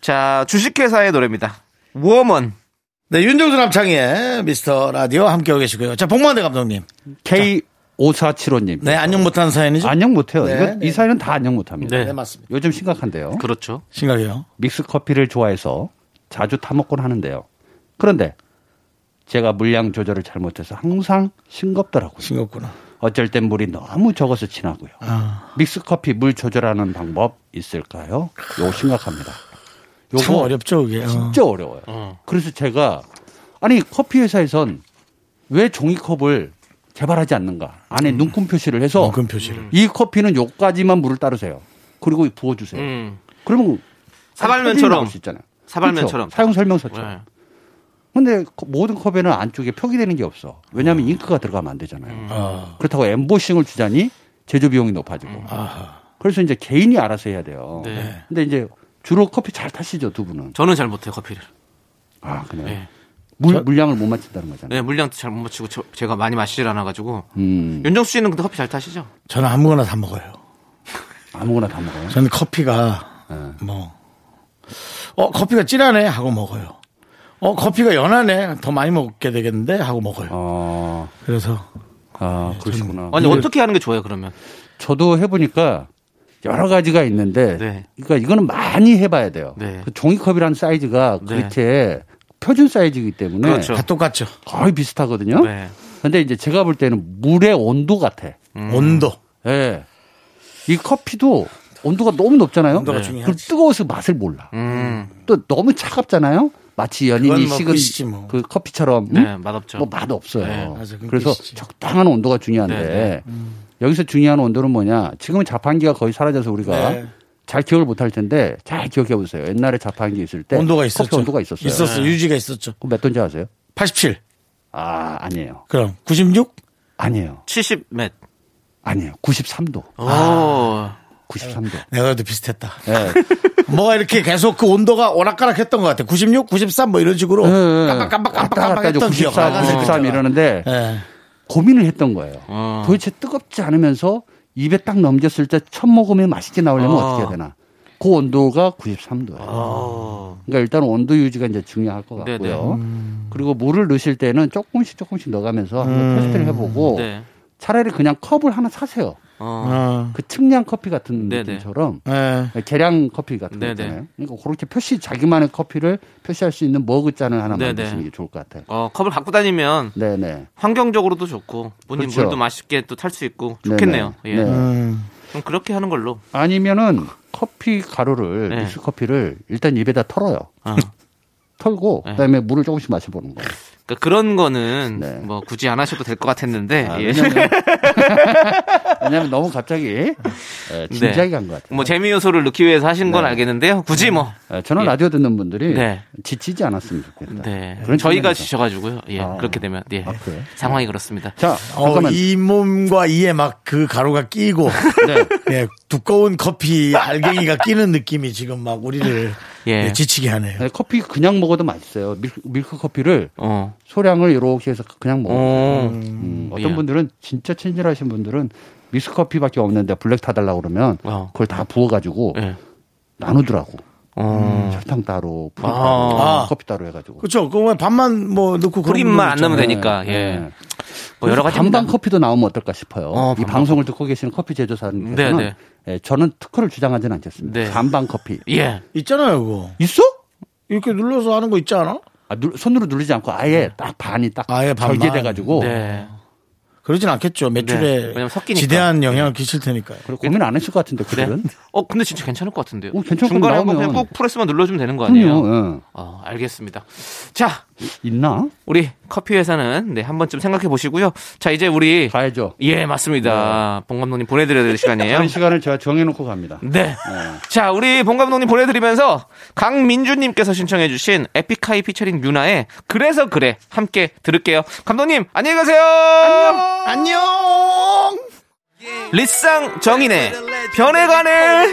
자, 주식회사의 노래입니다. 워먼.
네, 윤정수 남창희의 미스터 라디오 함께하고 계시고요. 자, 복만대 감독님.
K 5475님.
네, 안녕 못한 사연이죠?
안녕 못해요.
네,
이거
네.
이 사연은 다 안녕 못합니다.
네, 맞습니다.
요즘 심각한데요.
그렇죠.
심각해요.
믹스 커피를 좋아해서 자주 타먹곤 하는데요. 그런데 제가 물량 조절을 잘못해서 항상 싱겁더라고요.
싱겁구나.
어쩔 땐 물이 너무 적어서 진하고요.
아.
믹스 커피 물 조절하는 방법 있을까요? 요거 심각합니다. 요거
참 어렵죠, 그게. 어.
진짜 어려워요. 그래서 제가 아니 커피 회사에선 왜 종이컵을 개발하지 않는가? 안에
음.
눈금 표시를 해서
원금 표시를.
이 커피는 요까지만 물을 따르세요. 그리고 부어주세요.
음.
그러면
사발면처럼.
나올 수 있잖아요.
사발면처럼.
그렇죠? 사용 설명서처럼.
네.
근데 거- 모든 컵에는 안쪽에 표기되는 게 없어.
음.
왜냐하면 잉크가 들어가면 안 되잖아요. 그렇다고 엠보싱을 주자니 제조 비용이 높아지고. 그래서 이제 개인이 알아서 해야 돼요.
음. 네.
근데 이제 주로 커피 잘 타시죠 두 분은.
저는 잘 못해요 커피를.
아 그래요.
네.
물 물량을 못 맞춘다는 거잖아요.
네, 물량도 잘 못 맞추고 저- 제가 많이 마시질 않아가지고.
음
윤정수 씨는 근데 커피 잘 타시죠?
저는 아무거나 다 먹어요.
아무거나 다 먹어요.
저는 커피가, 뭐, 어, 커피가 진하네? 하고 먹어요. 어, 커피가 연하네? 더 많이 먹게 되겠는데? 하고 먹어요.
어,
그래서.
아 그러시구나.
네, 아니 어떻게 하는 게 좋아요 그러면?
저도 해보니까 여러 가지가 있는데,
네.
그러니까 이거는 많이 해봐야 돼요.
네.
그 종이컵이라는 사이즈가
네.
그렇게 표준 사이즈이기 때문에
그렇죠.
다 똑같죠.
거의 비슷하거든요.
네.
근데 이제 제가 볼 때는 물의 온도 같아.
음.
온도.
예. 이 커피도 온도가 너무 높잖아요.
온도가
네.
중요하지.
그럼 뜨거워서 맛을 몰라.
음.
또 너무 차갑잖아요. 마치 연인이
그건 뭐 끝이지
식은
뭐.
그 커피처럼 음?
네, 맛없죠.
뭐 맛 없어요.
네,
맞아. 그건
그래서
끝이지.
적당한 온도가 중요한데
네, 네.
여기서 중요한 온도는 뭐냐? 지금은 자판기가 거의 사라져서 우리가
네.
잘 기억을 못 할 텐데 잘 기억해 보세요. 옛날에 자판기 있을 때
온도가
네. 커피
있었죠.
온도가 있었어요. 네.
있었어. 유지가 있었죠.
그거 몇 도인지 아세요?
87.
아 아니에요.
그럼 96?
아니에요.
70 맷.
아니에요. 93도.
오. 어.
93도.
내가 그래도 비슷했다.
예.
뭐가 이렇게 계속 그 온도가 오락가락했던 것 같아. 96, 93 뭐 이런 식으로
예, 예. 왔다 갔다
깜빡깜빡깜빡깜빡했던 기억.
94, 93 이러는데
예.
고민을 했던 거예요.
어.
도대체 뜨겁지 않으면서 입에 딱 넘겼을 때 첫 모금에 맛있게 나오려면
어.
어. 떻게 해야 되나? 그 온도가 93도예요.
오.
그러니까 일단 온도 유지가 이제 중요할 것 같고요.
어. 네네.
그리고 물을 넣으실 때는 조금씩 조금씩 넣어가면서 한번 테스트를 해보고
네.
차라리 그냥 컵을 하나 사세요.
어.
어.
그 측량 커피 같은
네네.
느낌처럼 네,
예.
계량 커피 같은 거
네네.
있잖아요. 그러니까 그렇게 표시 자기만의 커피를 표시할 수 있는 머그잔을 하나
네네.
만드시는 게 좋을 것 같아요.
어, 컵을 갖고 다니면
네네.
환경적으로도 좋고 본인
그렇죠.
물도 맛있게 또 탈 수 있고 좋겠네요.
네네.
예.
네.
음.
그럼 그렇게 하는 걸로.
아니면은 커피 가루를
네.
믹스 커피를 일단 입에다 털어요.
아.
털고 그다음에 물을 조금씩 마셔보는 거예요.
그러니까 그런 거는
네.
뭐 굳이 안 하셔도 될 것 같았는데
아,
예.
왜냐면, 왜냐면 너무 갑자기 예, 진지하게
네.
간 것 같아요.
뭐 재미 요소를 넣기 위해서
네.
하신 건 알겠는데요. 굳이 뭐.
예, 저는
예.
라디오 듣는 분들이
네.
지치지 않았으면 좋겠다.
네.
그런
저희가
측면에서.
지셔가지고요. 예.
아.
그렇게 되면 예.
아, 그래요?
상황이 그렇습니다.
자,
어,
잠깐만.
이 몸과 이에 막 그 가루가 끼고
네.
예, 두꺼운 커피 알갱이가 끼는 느낌이 지금 막 우리를
예.
예, 지치게 하네요.
네, 커피 그냥 먹어도 맛있어요. 밀크, 밀크 커피를
어.
소량을 이렇게 해서 그냥 먹어요.
어.
음, 어떤
예.
분들은 진짜 친절하신 분들은 믹스 커피밖에 없는데 블랙 타달라 그러면
어.
그걸 다 부어가지고
예.
나누더라고.
어.
설탕 따로, 물
아.
따로,
아.
커피 따로 해가지고. 네.
그렇죠. 그러면 밥만 뭐 넣고 그런
프림만
분들
안 넣으면
있잖아요.
되니까. 예. 뭐 여러 가지
반반 커피도 나오면 어떨까 싶어요.
어,
이
반반
방송을 듣고 계시는 커피 제조사님께서는
네,
예, 저는 특허를 주장하지는 않겠습니다.
네.
반반 커피
예.
있잖아요, 그거.
있어?
이렇게 눌러서 하는 거 있지 않아?
아, 누- 손으로 누르지 않고 아예 딱 반이 딱
아예 반만.
절개돼가지고
네.
그러진 않겠죠.
네.
매출에
왜냐면 섞이니까.
지대한 영향을 끼칠 테니까요.
그리고 고민 안 하실 것 같은데 그들은
어, 근데 진짜 괜찮을 것 같은데요.
어, 괜찮을 것
중간에 한번
나오면.
그냥 꾹 프레스만 눌러주면 되는 거 아니에요?
그럼요.
어, 알겠습니다. 자,
예. 있나?
우리 커피 회사는 네, 한 번쯤 생각해 보시고요. 자, 이제 우리
가야죠.
예, 맞습니다. 봉 감독님 보내드려야 될 시간이에요.
그런 시간을 제가 정해놓고 갑니다.
네. 자, 우리 봉 감독님 보내드리면서 강민주님께서 신청해주신 에픽하이 피처링 유나의 그래서 그래 함께 들을게요. 감독님, 안녕히 가세요!
안녕!
리쌍 정인의 변해가네!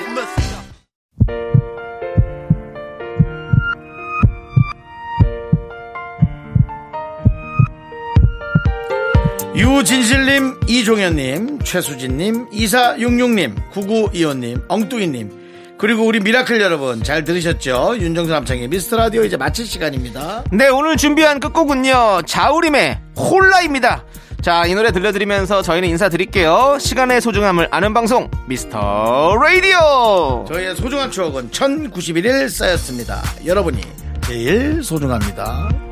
유진실님, 이종현님, 최수진님, 이사육육님, 구구이호님, 엉뚱이님, 그리고 우리 미라클 여러분 잘 들으셨죠? 윤정수 남창의 미스터 라디오 이제 마칠 시간입니다.
네, 오늘 준비한 끝곡은요. 자우림의 홀라입니다. 자, 이 노래 들려드리면서 저희는 인사드릴게요. 시간의 소중함을 아는 방송, 미스터 라디오!
저희의 소중한 추억은 1091일 쌓였습니다. 여러분이 제일 소중합니다.